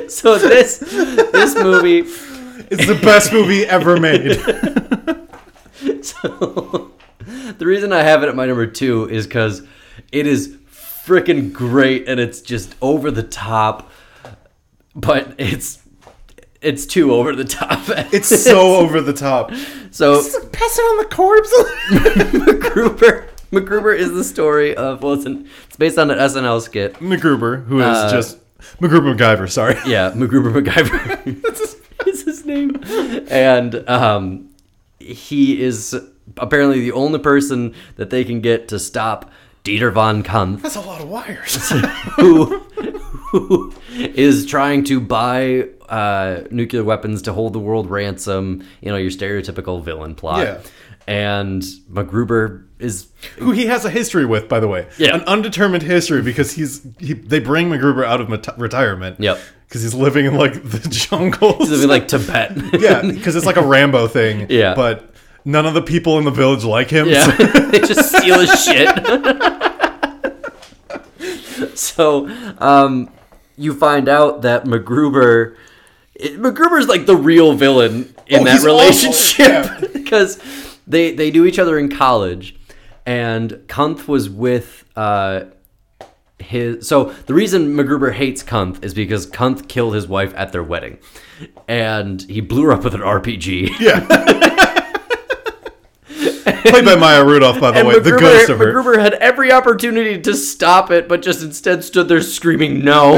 So this this movie.
It's the best movie ever made.
So the reason I have it at my number two is because it is freaking great and it's just over the top, but it's it's too over the top.
It's so over the top.
so
Passing on the corpse.
MacGruber. MacGruber is the story of well, it's, an, it's based on an SNL skit.
MacGruber, who is
Uh,
just MacGruber MacGyver. Sorry.
Yeah, MacGruber MacGyver. That's his, is his name. And um, he is apparently the only person that they can get to stop Dieter von Kuntz,
That's a lot of wires.
who, who is trying to buy uh, nuclear weapons to hold the world ransom. You know your stereotypical villain plot.
Yeah.
And MacGruber is
who he has a history with, by the way.
Yeah.
An undetermined history because he's he, they bring MacGruber out of meti- retirement.
Yep.
Because he's living in like the jungles.
living like Tibet.
yeah, because it's like a Rambo thing.
Yeah.
But none of the people in the village like him. so-
Yeah, they just steal his shit. so, um, you find out that MacGruber, it, MacGruber's like the real villain in
Oh,
that
he's awful.
relationship
Yeah.
because they they knew each other in college, and Kunth was with. Uh, his so the reason MacGruber hates Kunth is because Kunth killed his wife at their wedding, and he blew her up with an RPG.
Played by Maya Rudolph, by the
And
way. Oh, the
MacGruber-
ghost of her.
MacGruber had every opportunity to stop it, but just instead stood there screaming no.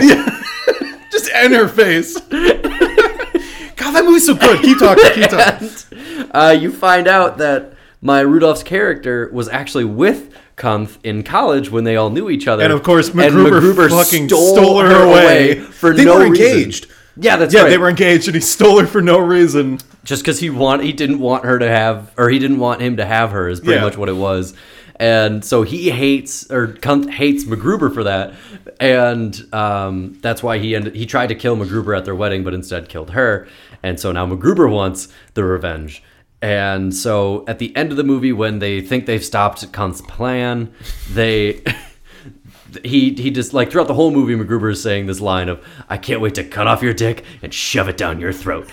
Just in her face. God, that movie's so good. Keep talking. Keep talking.
And, uh, you find out that my Rudolph's character was actually with Kumpf in college when they all knew each other.
And of course, MacGruber, fucking stole, her, away.
for
they
no
were
reason.
engaged.
Yeah, that's
Yeah,
right.
they were engaged, and he stole her for no reason.
just because he want he didn't want her to have or he didn't want him to have her is pretty
Yeah.
much what it was and so he hates or Kunt hates MacGruber for that, and um, that's why he ended, he tried to kill MacGruber at their wedding, but instead killed her, and so now MacGruber wants the revenge. And so at the end of the movie, when they think they've stopped Kunt's plan, they he he just like throughout the whole movie, MacGruber is saying this line of "I can't wait to cut off your dick and shove it down your throat,"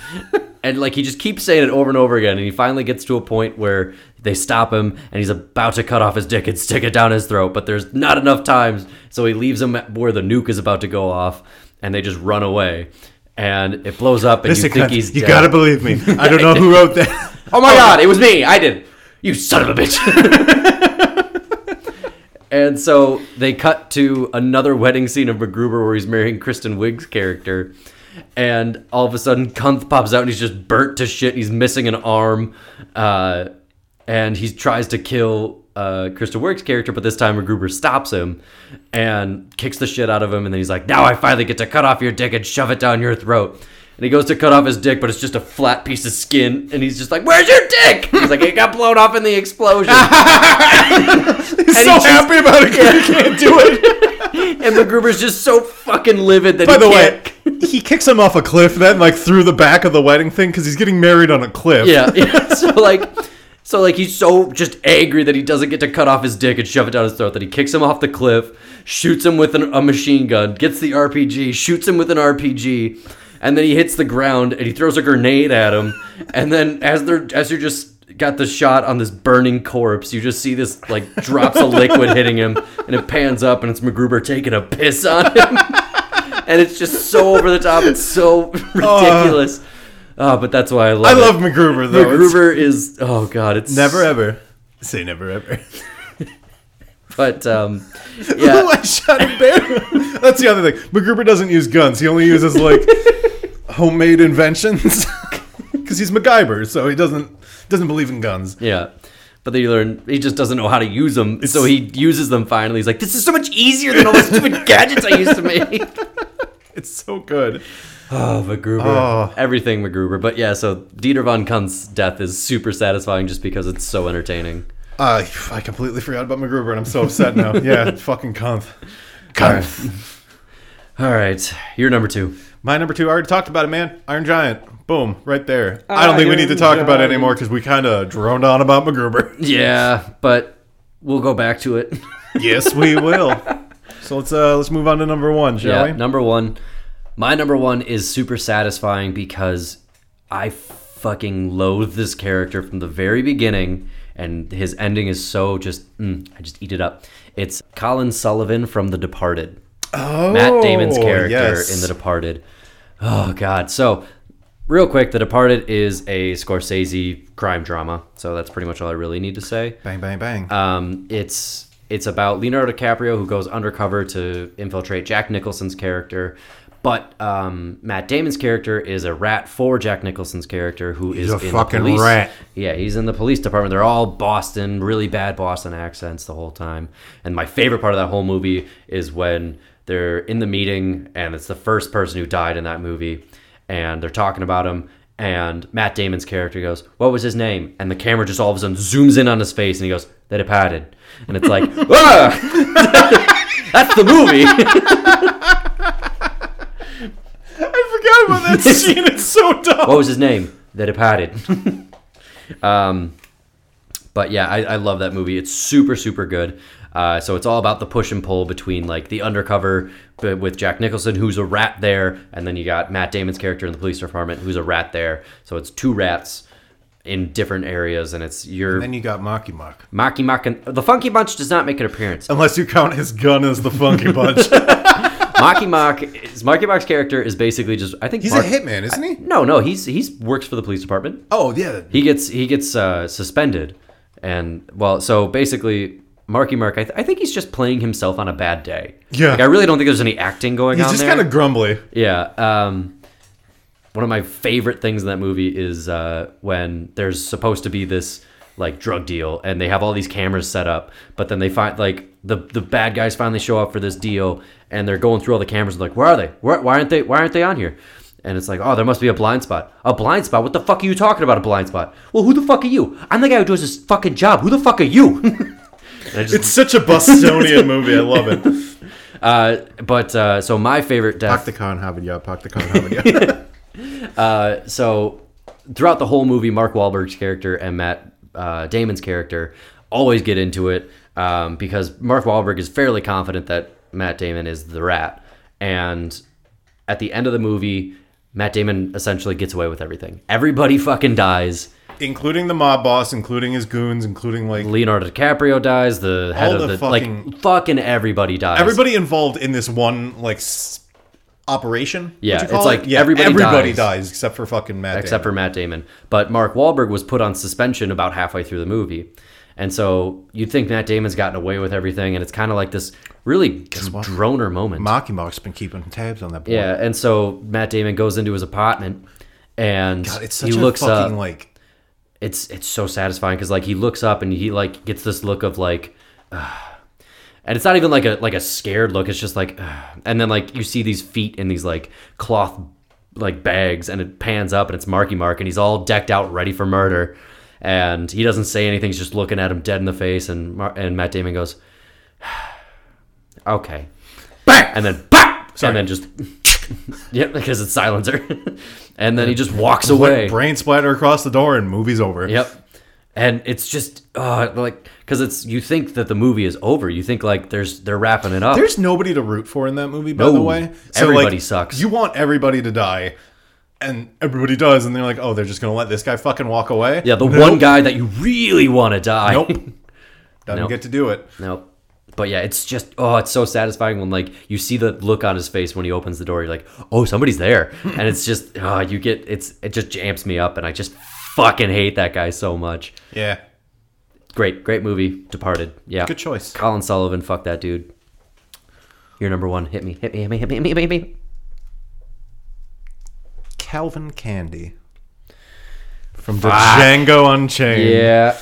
and like he just keeps saying it over and over again, and he finally gets to a point where they stop him, and he's about to cut off his dick and stick it down his throat, but there's not enough time, so he leaves him at where the nuke is about to go off, and they just run away, and it blows up, and
Listen,
you think
cunt,
he's
you
dead.
gotta believe me. I don't know who wrote that.
Oh my god, it was me. I did. it. You son of a bitch. and so they cut to another wedding scene of MacGruber where he's marrying Kristen Wiig's character. And all of a sudden, Kunth pops out and he's just burnt to shit. He's missing an arm. Uh, and he tries to kill uh, Kristen Wiig's character, but this time MacGruber stops him and kicks the shit out of him. And then he's like, Now I finally get to cut off your dick and shove it down your throat. And he goes to cut off his dick, but it's just a flat piece of skin. And he's just like, Where's your dick? He's like, It got blown off in the explosion.
He's so
just-
happy about it 'cause he can't do it.
And MacGruber's just so fucking livid that
By
he
the way,
can't.
he kicks him off a cliff then, like through the back of the wedding thing, because he's getting married on a cliff.
Yeah, yeah. So like, so like he's so just angry that he doesn't get to cut off his dick and shove it down his throat that he kicks him off the cliff, shoots him with an, a machine gun, gets the RPG, shoots him with an RPG, and then he hits the ground and he throws a grenade at him, and then as they're as you're just got the shot on this burning corpse you just see this like drops of liquid hitting him and it pans up and it's MacGruber taking a piss on him and it's just so over the top it's so ridiculous oh but that's why I love
Oh. I
it.
love MacGruber though. It's-
MacGruber is oh god, it's
Never ever. Say never ever.
But um, yeah,
I shot a bear. That's the other thing. MacGruber doesn't use guns. He only uses like homemade inventions because he's MacGyver, so he doesn't doesn't believe in guns.
yeah. But then you learn he just doesn't know how to use them, so he uses them finally. He's like, "This is so much easier than all the stupid gadgets I used to make."
It's so good.
Oh, MacGruber,
Oh.
everything MacGruber. But yeah, so Dieter von Kunt's death is super satisfying just because it's so entertaining.
Uh, I completely forgot about MacGruber, and I'm so upset now. Yeah, fucking cunt. Cunt.
All right, you're number two.
My number two, I already talked about it, man. Iron Giant. Boom, right there. I don't think we need to
Iron
talk about it
Giant.
anymore because we kind of droned on about MacGruber.
Yeah, but we'll go back to it.
yes, we will. So let's uh let's move on to number one, shall
yeah,
we?
number one. My number one is super satisfying because I fucking loathe this character from the very beginning, and his ending is so just mm, I just eat it up. It's Colin Sullivan from The Departed,
Oh,
Matt Damon's character
yes.
in The Departed. Oh God! So real quick, The Departed is a Scorsese crime drama, so that's pretty much all I really need to say.
Bang bang bang.
Um, it's it's about Leonardo DiCaprio who goes undercover to infiltrate Jack Nicholson's character, but um, Matt Damon's character is a rat for Jack Nicholson's character who is
a
in
fucking
the police.
rat.
Yeah, he's in the police department. They're all Boston, really bad Boston accents the whole time. And my favorite part of that whole movie is when they're in the meeting and it's the first person who died in that movie and they're talking about him and Matt Damon's character goes, "What was his name?" and the camera just all of a sudden zooms in on his face and he goes, "That it padded." And it's like, "Ah!" That's the movie.
I forgot about that scene. It's so dumb.
what was his name? That it padded. um, but yeah, I, I love that movie. It's super, super good. Uh, so it's all about the push and pull between like the undercover b- with Jack Nicholson, who's a rat there, and then you got Matt Damon's character in the police department, who's a rat there. So it's two rats in different areas, and it's your
Then you got Mocky Mock.
Maki Maki. The Funky Bunch does not make an appearance.
Unless you count his gun as the funky bunch.
Maki Mak, is- Maki Mak's character is basically just I think
He's a
part-
hitman, isn't he?
No, no, he's he's works for the police department.
Oh yeah.
he gets he gets uh, suspended, and well, so basically, Marky Mark, I, th- I think he's just playing himself on a bad day.
Yeah.
like, I really don't think there's any acting going
He's
on.
just
there.
kind of grumbly.
Yeah. Um, one of my favorite things in that movie is uh, when there's supposed to be this like drug deal and they have all these cameras set up, but then they find like the the bad guys finally show up for this deal and they're going through all the cameras and like, where are they? Where, why aren't they? Why aren't they on here? And it's like, oh, there must be a blind spot. A blind spot? What the fuck are you talking about? A blind spot? Well, who the fuck are you? I'm the guy who does this fucking job. Who the fuck are you? And I just-
It's such a Bostonian movie. I love it.
uh, but uh, so my favorite death
Pak the Khan Havadya, Pak the Khan Havadya.
so throughout the whole movie, Mark Wahlberg's character and Matt uh, Damon's character always get into it um, because Mark Wahlberg is fairly confident that Matt Damon is the rat, and at the end of the movie, Matt Damon essentially gets away with everything. Everybody fucking dies.
including the mob boss, including his goons, including like
Leonardo DiCaprio dies. The head
All
of the,
the fucking-
like fucking everybody dies.
everybody involved in this one like s- operation.
Yeah,
would you
it's
call it?
like everybody dies.
dies except for fucking Matt.
except
Damon.
for Matt Damon. But Mark Wahlberg was put on suspension about halfway through the movie. And so you'd think Matt Damon's gotten away with everything, and it's kind of like this really droner moment.
Marky Mark's been keeping tabs on that boy.
yeah, and so Matt Damon goes into his apartment, and
God, it's such
he
a
looks uh, up.
fucking like
it's it's so satisfying because like he looks up and he like gets this look of like, "Ah." and it's not even like a like a scared look. It's just like, "Ah." and then like you see these feet in these like cloth like bags, and it pans up and it's Marky Mark, and he's all decked out, ready for murder, and he doesn't say anything. He's just looking at him dead in the face, and Mar- and Matt Damon goes, okay,
Bang!
and then bah! and then just. yep, because it's silencer, and then he just walks away.
brain splatter across the door and movie's over.
Yep. And it's just uh, like because it's you think that the movie is over. You think like there's they're wrapping it up.
There's nobody to root for in that movie, by
No.
the way.
Everybody
like,
sucks.
You want everybody to die, and everybody does, and they're like, oh, they're just gonna let this guy fucking walk away.
yeah, the
Nope.
one guy that you really want to die.
Nope. Doesn't
Nope.
get to do it.
nope. But yeah, it's just oh, it's so satisfying when like you see the look on his face when he opens the door. You're like, oh, somebody's there, and it's just uh, you get it's it just jams me up, and I just fucking hate that guy so much.
Yeah.
Great, great movie. Departed. Yeah,
Good choice.
Colin Sullivan, fuck that dude. You're number one. Hit me, hit me, hit me, hit me, hit me, hit me. Hit me.
Calvin Candy. From the Django Unchained.
Yeah.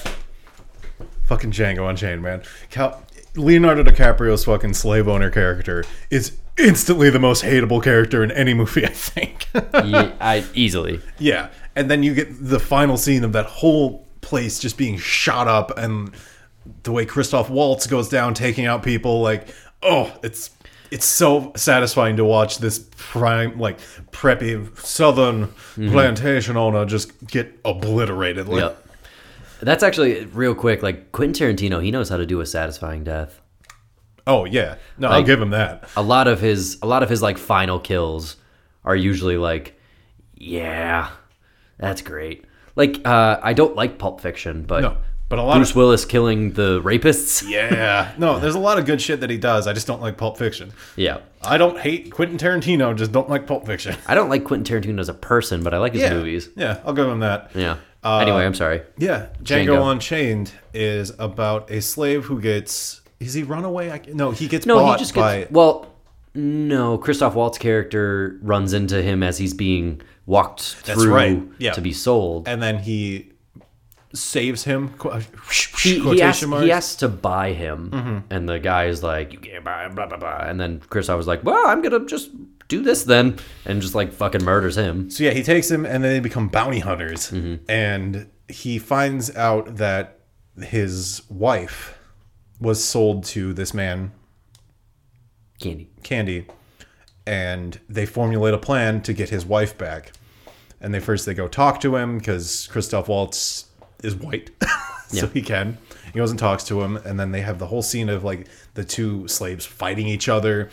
Fucking Django Unchained, man. Cal- Leonardo DiCaprio's fucking slave owner character is instantly the most hateable character in any movie, I think.
Ye- I easily.
yeah. And then you get the final scene of that whole place just being shot up and the way Christoph Waltz goes down taking out people like oh, it's it's so satisfying to watch this prime like preppy southern plantation owner just get obliterated like
Mm-hmm. Yep. That's actually real quick. Like Quentin Tarantino, he knows how to do a satisfying death.
Oh yeah, no, I'll
Like- uh,
give him that.
A lot of his, a lot of his like final kills are usually like, yeah, that's great. Like uh, I don't like Pulp Fiction, but
No, but a lot
Bruce
of
Willis killing the rapists.
yeah, no, there's a lot of good shit that he does. I just don't like Pulp Fiction.
Yeah.
I don't hate Quentin Tarantino, just don't like Pulp Fiction.
I don't like Quentin Tarantino as a person, but I like his
Yeah, Uh,
movies.
yeah, I'll give him that.
Yeah. anyway, I'm sorry.
Yeah, Django,
Django.
Unchained is about a slave who gets. Is he run away? I, no, he gets
No,
bought
he just
by.
gets well. No, Christoph Waltz character runs into him as he's being walked through
right, yeah.
to be sold.
and then he saves him. qu- uh,
he,
Quotation
he, asked,
marks. Mm-hmm.
he asked to buy him, and the guy is like, "You can't buy him," blah blah blah. And then Christoph was like, "Well, I'm gonna just do this then," and just like fucking murders him.
So yeah, he takes him, and then they become bounty hunters.
Mm-hmm.
And he finds out that his wife was sold to this man,
Candy.
Candy, and they formulate a plan to get his wife back. And they first they go talk to him because Christoph Waltz is white, so he can. He goes and talks to him, and then they have the whole scene of like the two slaves fighting each other.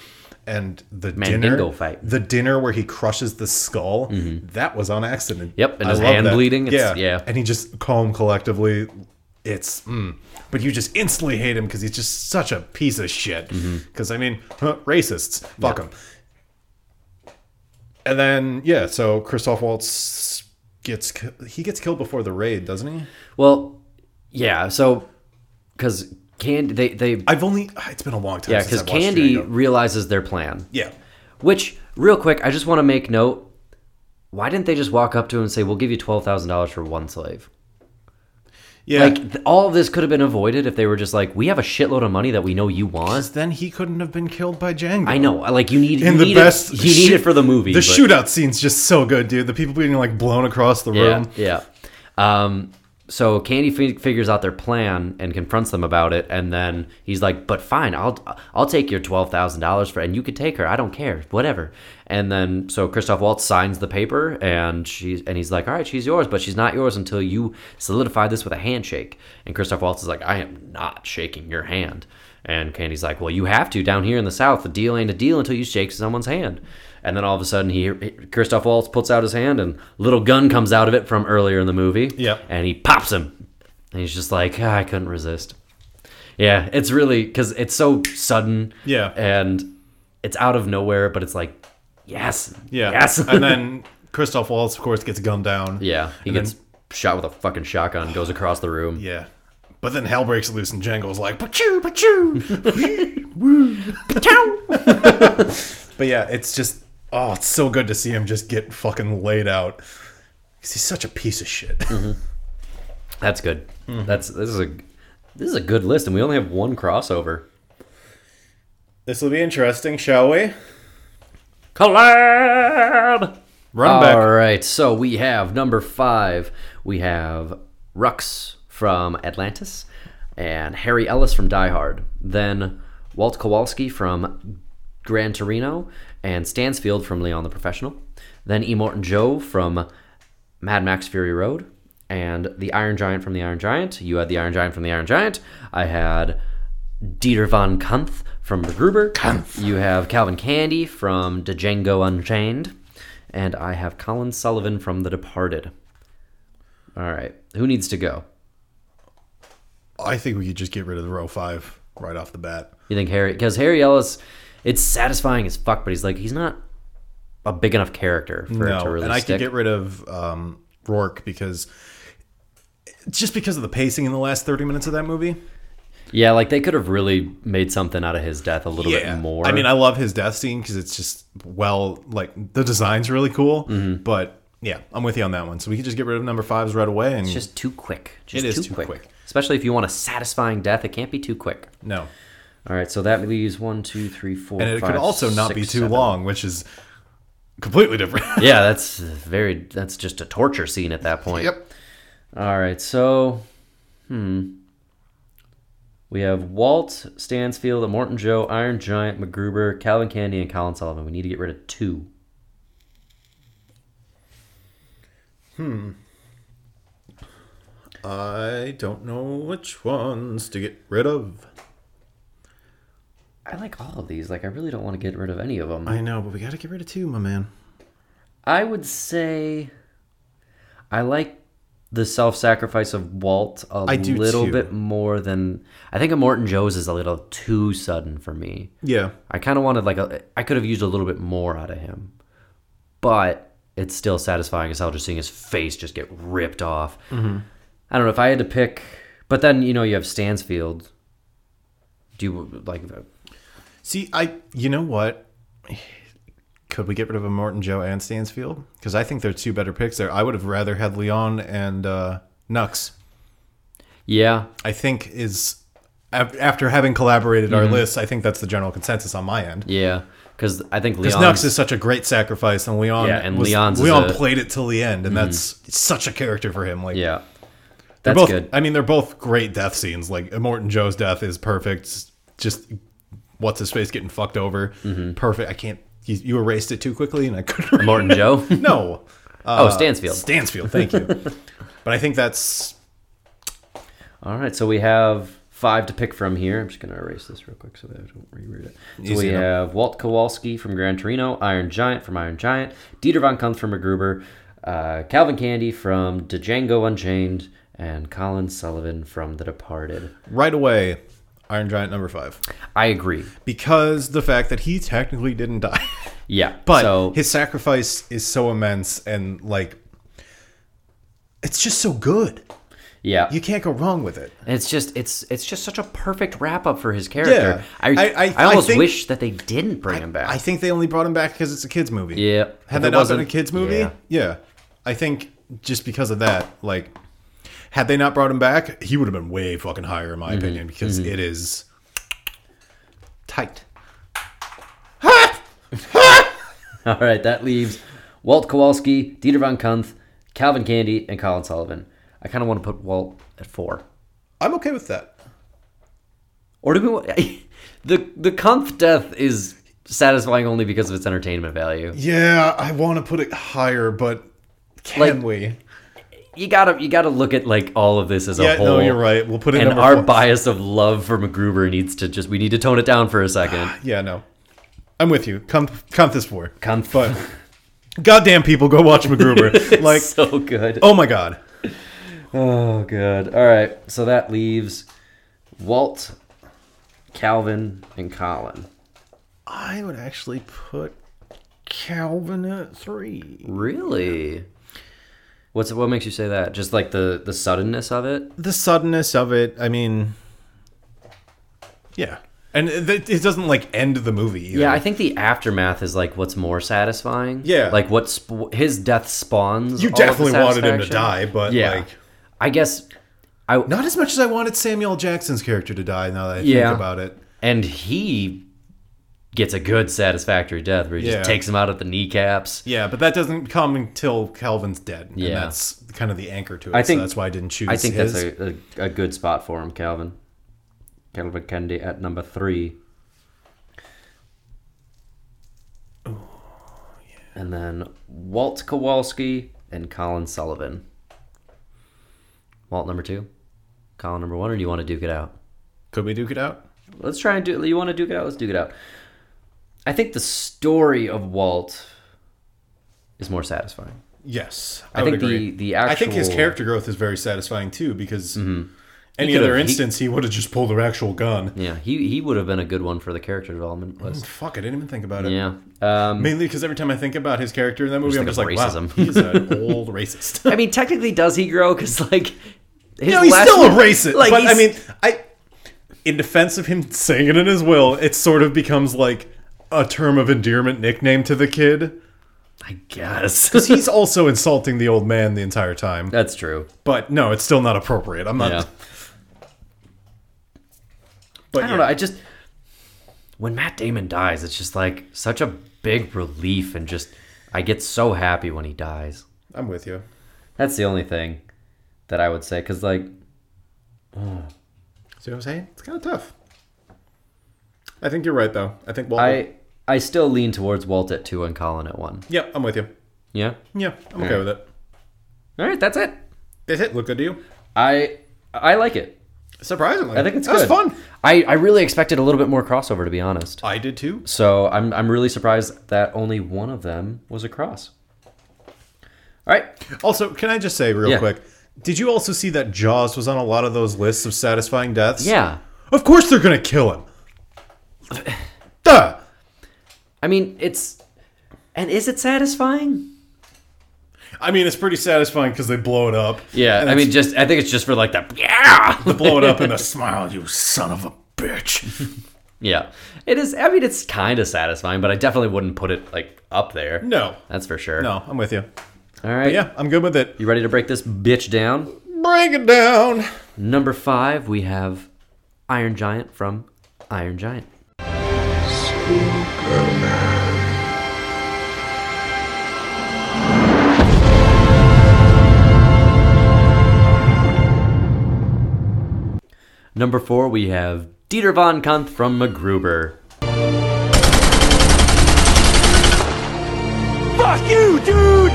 And the
Mandingo
dinner,
fight.
the dinner where he crushes the skull, that was on accident.
Yep, and
I
his
love
hand bleeding, it's-
yeah,
yeah.
And he just calm collectively. It's, mm. but you just instantly hate him because he's just such a piece of shit.
Mm-hmm.
Because I mean, huh, racists, fuck him. And then yeah, so Christoph Waltz gets ki- he gets killed before the raid, doesn't he?
Well, yeah. So because Candy, they they
I've only it's been a long time.
yeah,
since
because
I've watched
Candy
Django.
realizes their plan.
Yeah,
Which, real quick, I just want to make note. Why didn't they just walk up to him and say, "We'll give you twelve thousand dollars for one slave"?
yeah.
Like th- all of this could have been avoided if they were just like, "We have a shitload of money that we know you want."
then he couldn't have been killed by Django.
I know, like you need, you
And the
need
best,
it, you need it for the movie.
The
but-
shootout scene's just so good, dude. The people being like blown across the
yeah,
room.
yeah. Um, so Candy fi- figures out their plan and confronts them about it, and then he's like, "But fine, I'll I'll take your twelve thousand dollars for, and you could take her. I don't care, whatever." And then so Christoph Waltz signs the paper, and she's and he's like, "All right, she's yours, but she's not yours until you solidify this with a handshake." And Christoph Waltz is like, "I am not shaking your hand." And Candy's like, "Well, you have to down here in the South. The deal ain't a deal until you shake someone's hand." And then all of a sudden, he Christoph Waltz puts out his hand, and little gun comes out of it from earlier in the movie.
Yep.
and he pops him, and he's just like, "Ah, "I couldn't resist." Yeah, it's really because it's so sudden.
Yeah.
and it's out of nowhere, but it's like, yes,
Yeah.
yes,
and then Christoph Waltz, of course, gets gunned down.
yeah, he gets shot with a fucking shotgun, goes across the room.
Yeah. But then hell breaks loose and Django's like, pachoo, pachoo. woo, pachoo. but yeah, it's just, oh, it's so good to see him just get fucking laid out. 'Cause he's such a piece of shit.
Mm-hmm. That's good.
Mm-hmm.
That's this is a this is a good list, and we only have one crossover.
This will be interesting, shall we?
Collab.
Run
All right, so we have number five. We have Rux from Atlantis, and Harry Ellis from Die Hard. Then Walt Kowalski from Gran Torino, and Stansfield from Leon the Professional. Then E. Morton Joe from Mad Max Fury Road, and the Iron Giant from the Iron Giant. You had the Iron Giant from the Iron Giant. I had Dieter von Kumpf from Gruber. You have Calvin Candy from Django Unchained. And I have Colin Sullivan from The Departed. All right. Who needs to go?
I think we could just get rid of the row five right off the bat.
You think Harry? Because Harry Ellis, it's satisfying as fuck, but he's like, he's not a big enough character for it
No,
to really
and I
stick.
could get rid of um, Rourke because just because of the pacing in the last 30 minutes of that movie.
yeah, like they could have really made something out of his death a little bit more.
I mean, I love his death scene because it's just well, like the design's really cool. But yeah, I'm with you on that one. So we can just get rid of number fives right away. And
It's just too quick. Just
It is
too,
too
quick.
quick.
Especially if you want a satisfying death, it can't be too quick.
no,
All right, so that leaves one, two, three, four,
and it
five,
could also not
six,
be too
seven.
long, which is completely different.
Yeah, that's very. That's just a torture scene at that point.
Yep.
All right, so hmm, we have Walt Stansfield, Morton Joe, Iron Giant, MacGruber, Calvin Candy, and Colin Sullivan. We need to get rid of two.
I don't know which ones to get rid of.
I like all of these. Like, I really don't want to get rid of any of them.
I know, but we got to get rid of two, my man.
I would say I like the self-sacrifice of Walt a
I do
little
too.
bit more than I think a Morton Joe's is a little too sudden for me.
Yeah,
I kind of wanted like a I could have used a little bit more out of him, but it's still satisfying as hell just seeing his face just get ripped off.
Mm-hmm.
I don't know if I had to pick, but then you know you have Stansfield. Do you like?
See, I you know what? Could we get rid of a Morton Joe and Stansfield? Because I think they're two better picks there. I would have rather had Leon and uh, Nux.
Yeah,
I think is af- after having collaborated
Mm-hmm.
our lists. I think that's the general consensus on my end.
yeah, because I think
Because
Leon.
Nux is such a great sacrifice, and Leon
Yeah, and
was-
Leon's is
Leon
a- Mm-hmm.
played it till the end, and that's such a character for him. Like
yeah,
they're
that's
both.
good.
I mean, they're both great death scenes. Like Morton Joe's death is perfect. Just what's his face getting fucked over?
Mm-hmm.
Perfect. I can't. You, you erased it too quickly, and I couldn't.
Morton Joe.
no. Uh,
oh, Stansfield.
Stansfield. Thank you. but I think that's
All right, so we have five to pick from here. I'm just going to erase this real quick so that I don't reread it. So
Easy
we
enough.
have Walt Kowalski from Gran Torino, Iron Giant from Iron Giant, Dieter von Kuntz from MacGruber, uh, Calvin Candy from Django Unchained, and Colin Sullivan from The Departed.
right away. Iron Giant number five.
I agree.
because the fact that he technically didn't die,
Yeah,
but
so
his sacrifice is so immense and like it's just so good.
yeah,
You can't go wrong with it.
it's just it's it's just such a perfect wrap up for his character.
Yeah.
I
I-
I,
I-
almost
I think-
wish that they didn't bring him back.
I think they only brought him back because it's a kids movie.
yeah,
Had
If
that
it
not been a
wasn't-
kids movie,
yeah.
yeah. I think just because of that, like, had they not brought him back, he would have been way fucking higher
Mm-hmm.
in my opinion because it is tight.
All right, that leaves Walt Kowalski, Dieter von Kuntz, Calvin Candy, and Colin Sullivan. I kind of want to put Walt at four.
I'm okay with that.
Or do we? Want, the the Kumph death is satisfying only because of its entertainment value.
Yeah, I want to put it higher, but can
Like-
we?
You gotta you gotta look at like all of this as
Yeah,
a whole.
no, you're right. We'll put it
And
number
our
four.
bias of love for MacGruber needs to just we need to tone it down for a second.
Yeah, no. I'm with you. Come, come this four.
Come-
but goddamn people, go watch MacGruber. like,
so good.
oh my god.
Oh, good. All right. So that leaves Walt, Calvin, and Colin.
I would actually put Calvin at three.
Really? What's what makes you say that? Just like the the suddenness of it.
The suddenness of it. I mean, yeah, and it, it doesn't like end the movie. Either.
Yeah, I think the aftermath is like what's more satisfying.
Yeah.
like what sp- his death spawns.
you
all of the
definitely wanted him to
satisfaction.
die, but
Yeah,
like
I guess. I
not as much as I wanted Samuel Jackson's character to die. Now that I
Yeah.
think about it,
and he gets a good satisfactory death where he
Yeah.
just takes him out at the kneecaps.
yeah, but that doesn't come until Calvin's dead. and
Yeah.
that's kind of the anchor to it.
I
so
think-
that's why I didn't choose.
I think
his.
that's a, a, a good spot for him, Calvin. Calvin Kennedy at number three.
Oh,
And then Walt Kowalski and Colin Sullivan. Walt number two, Colin number one, or do you want to duke it out?
Could we duke it out?
Let's try and do. You want to duke it out? Let's duke it out. I think the story of Walt is more satisfying.
Yes,
I,
would
think the
agree.
the actual.
I think his character growth is very satisfying too because any
could've-
other
he-
instance he, would have just pulled an actual gun.
Yeah, he he would have been a good one for the character development list.
Fuck, I didn't even think about it.
Yeah. Um,
Mainly because every time I think about his character in that movie, I'm just
think
like,
of
wow,
racism.
he's an old racist.
I mean, technically, does he grow? Because like, his
no, he's
last-
still a racist.
Like,
but I
he's-
mean, I, in defense of him saying it in his will, it sort of becomes like a term of endearment nickname to the kid.
I guess
He's also insulting the old man the entire time.
that's true.
But no, it's still not appropriate. I'm not.
Yeah.
But
I don't know. I just when Matt Damon dies, it's just like such a big relief, and just I get so happy when he dies.
I'm with you.
That's the only thing that I would say. Because like,
See what I'm saying? It's kind of tough. I think you're right, though. I think Walt.
I I still lean towards Walt at two and Colin at one.
yeah, I'm with you.
Yeah.
Yeah, I'm okay
right.
with it.
All right, that's it.
That's it. Look good to you.
I I like it.
Surprisingly,
I think it's
that
good.
was fun.
I, I really expected a little bit more crossover, to be honest.
I did too.
So I'm I'm really surprised that only one of them was a cross. All right.
Also, can I just say real
Yeah.
quick? Did you also see that Jaws was on a lot of those lists of satisfying deaths?
Yeah.
Of course they're gonna kill him. Duh.
I mean, it's and is it satisfying?
I mean, it's pretty satisfying because they blow it up.
Yeah.
And
I
it's-
mean, just I think it's just for like that. Yeah.
blow it up in a.
Smile, you son of a bitch.
yeah. It is. I mean, it's kind of satisfying, but I definitely wouldn't put it like up there.
No.
That's for sure.
No, I'm with you.
All right.
Yeah, I'm good with it.
You ready to break this bitch down?
Break it down.
Number five, we have Iron Giant from Iron Giant. Number four, we have Dieter von Kunt from MacGruber.
Fuck you, dude!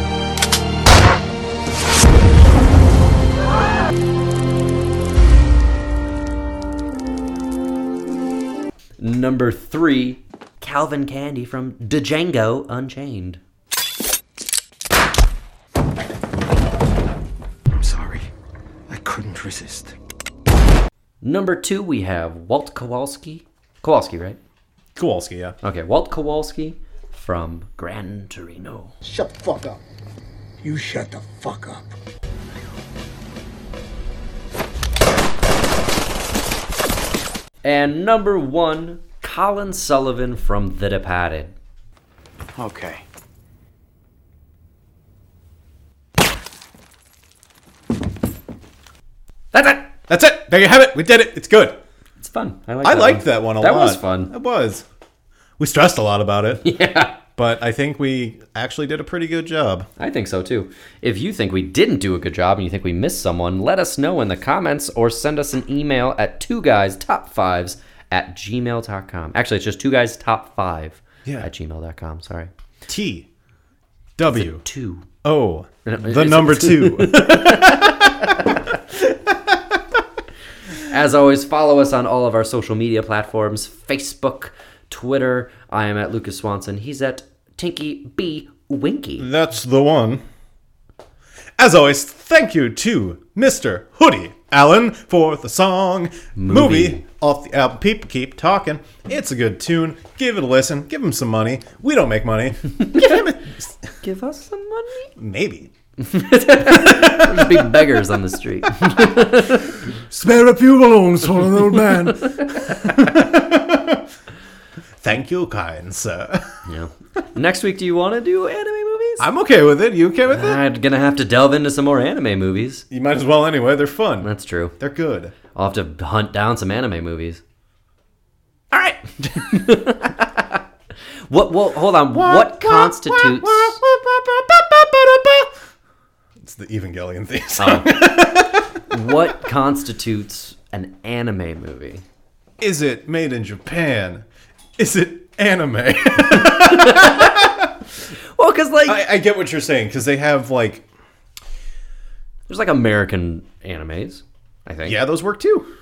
Number three, Calvin Candy from Django Unchained.
I'm sorry. I couldn't resist.
Number two, we have Walt Kowalski. Kowalski, right?
Kowalski, yeah.
Okay, Walt Kowalski from Gran Torino.
Shut the fuck up. You shut the fuck up.
And number one, Colin Sullivan from The Departed.
Okay.
That's it.
That's it. There you have it. We did it. It's good.
It's fun. I like.
I
that
liked
one.
that one a
that
lot.
was fun.
It was. We stressed a lot about it.
Yeah.
But I think we actually did a pretty good job.
I think so too. If you think we didn't do a good job and you think we missed someone, let us know in the comments or send us an email at two guys top fives at gmail.com. Actually, it's just two guys top five
Yeah.
at gmail.com. Sorry.
T W
Two.
O
Is
the
it
number two.
As always, follow us on all of our social media platforms Facebook, Twitter. I am at Lucas Swanson. He's at Tinky B Winky.
That's the one. As always, thank you to Mr. Hoodie Allen for the song Movie, off the album People Keep Talking. It's a good tune. Give it a listen. Give him some money. We don't make money. Give him it.
Give us some money.
Maybe.
We're just big beggars on the street.
Spare a few balloons for an old man. thank you, kind sir.
yeah. Next week, do you want to do anime movies?
I'm okay with it. You okay with it?
I'm gonna have to delve into some more anime movies.
You might as well anyway. They're fun.
That's true.
They're good.
I'll have to hunt down some anime movies.
All right.
What? Well, hold on. What constitutes?
It's the Evangelion theme song.
Uh-huh. What constitutes an anime movie?
Is it made in Japan? Is it anime? I,
Well, because like
I get what you're saying because they have like
there's like American animes, I think.
yeah, those work too.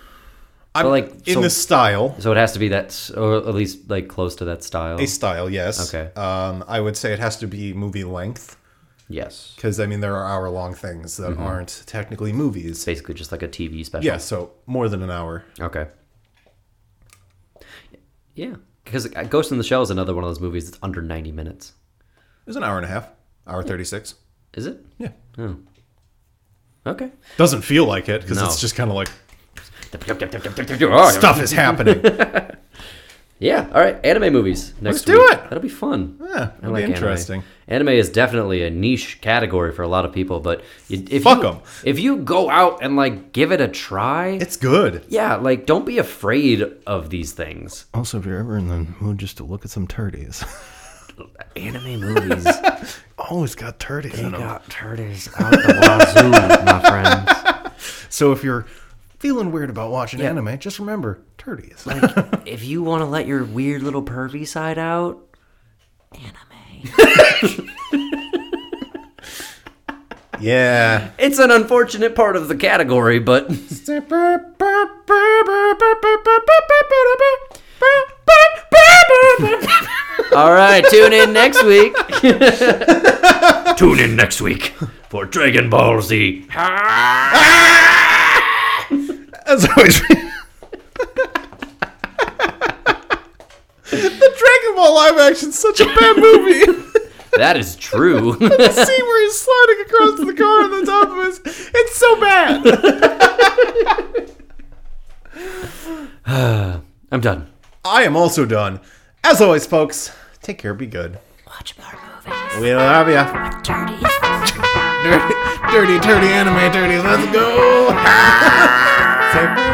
I'm
But, like,
in
so-
this style,
So it has to be that, s- or at least like close to that style.
a style, yes.
Okay.
Um, I would say it has to be movie length
Yes.
because I mean there are hour long things that
Mm-hmm.
aren't technically movies.
Basically, just like a TV special.
Yeah, so more than an hour.
Okay. Yeah, because Ghost in the Shell is another one of those movies that's under 90 minutes.
It was an hour and a half, hour thirty six.
Is it?
Yeah.
Oh. Okay.
Doesn't feel like it because
No.
it's just kind of like
Stop.
stuff is happening.
Yeah. All right. Anime movies next
do
week.
it.
That'll be fun.
yeah,
I
it'll
like
be interesting.
Anime. anime is definitely a niche category for a lot of people, but you, if
Fuck
you,
'em.
if you go out and like give it a try,
It's good.
yeah, like don't be afraid of these things.
Also, if you're ever in the mood just to look at some turdies,
Anime movies
always got turdies in 'em.
got turtles out the wazoo, my friends.
So if you're feeling weird about watching anime, just remember turdies.
If you want to let your weird little pervy side out,
yeah.
it's an unfortunate part of the category, but all right, tune in next week.
Tune in next week for Dragon Ball Z.
As always, the Dragon Ball live action's such a bad movie.
That is true.
the scene where he's sliding across the car on the top of his. It's so bad.
I'm done.
I am also done. As always, folks, take care, be good.
Watch more movies.
We love ya.
Dirty.
dirty, dirty, dirty anime, dirty. Let's go. Say,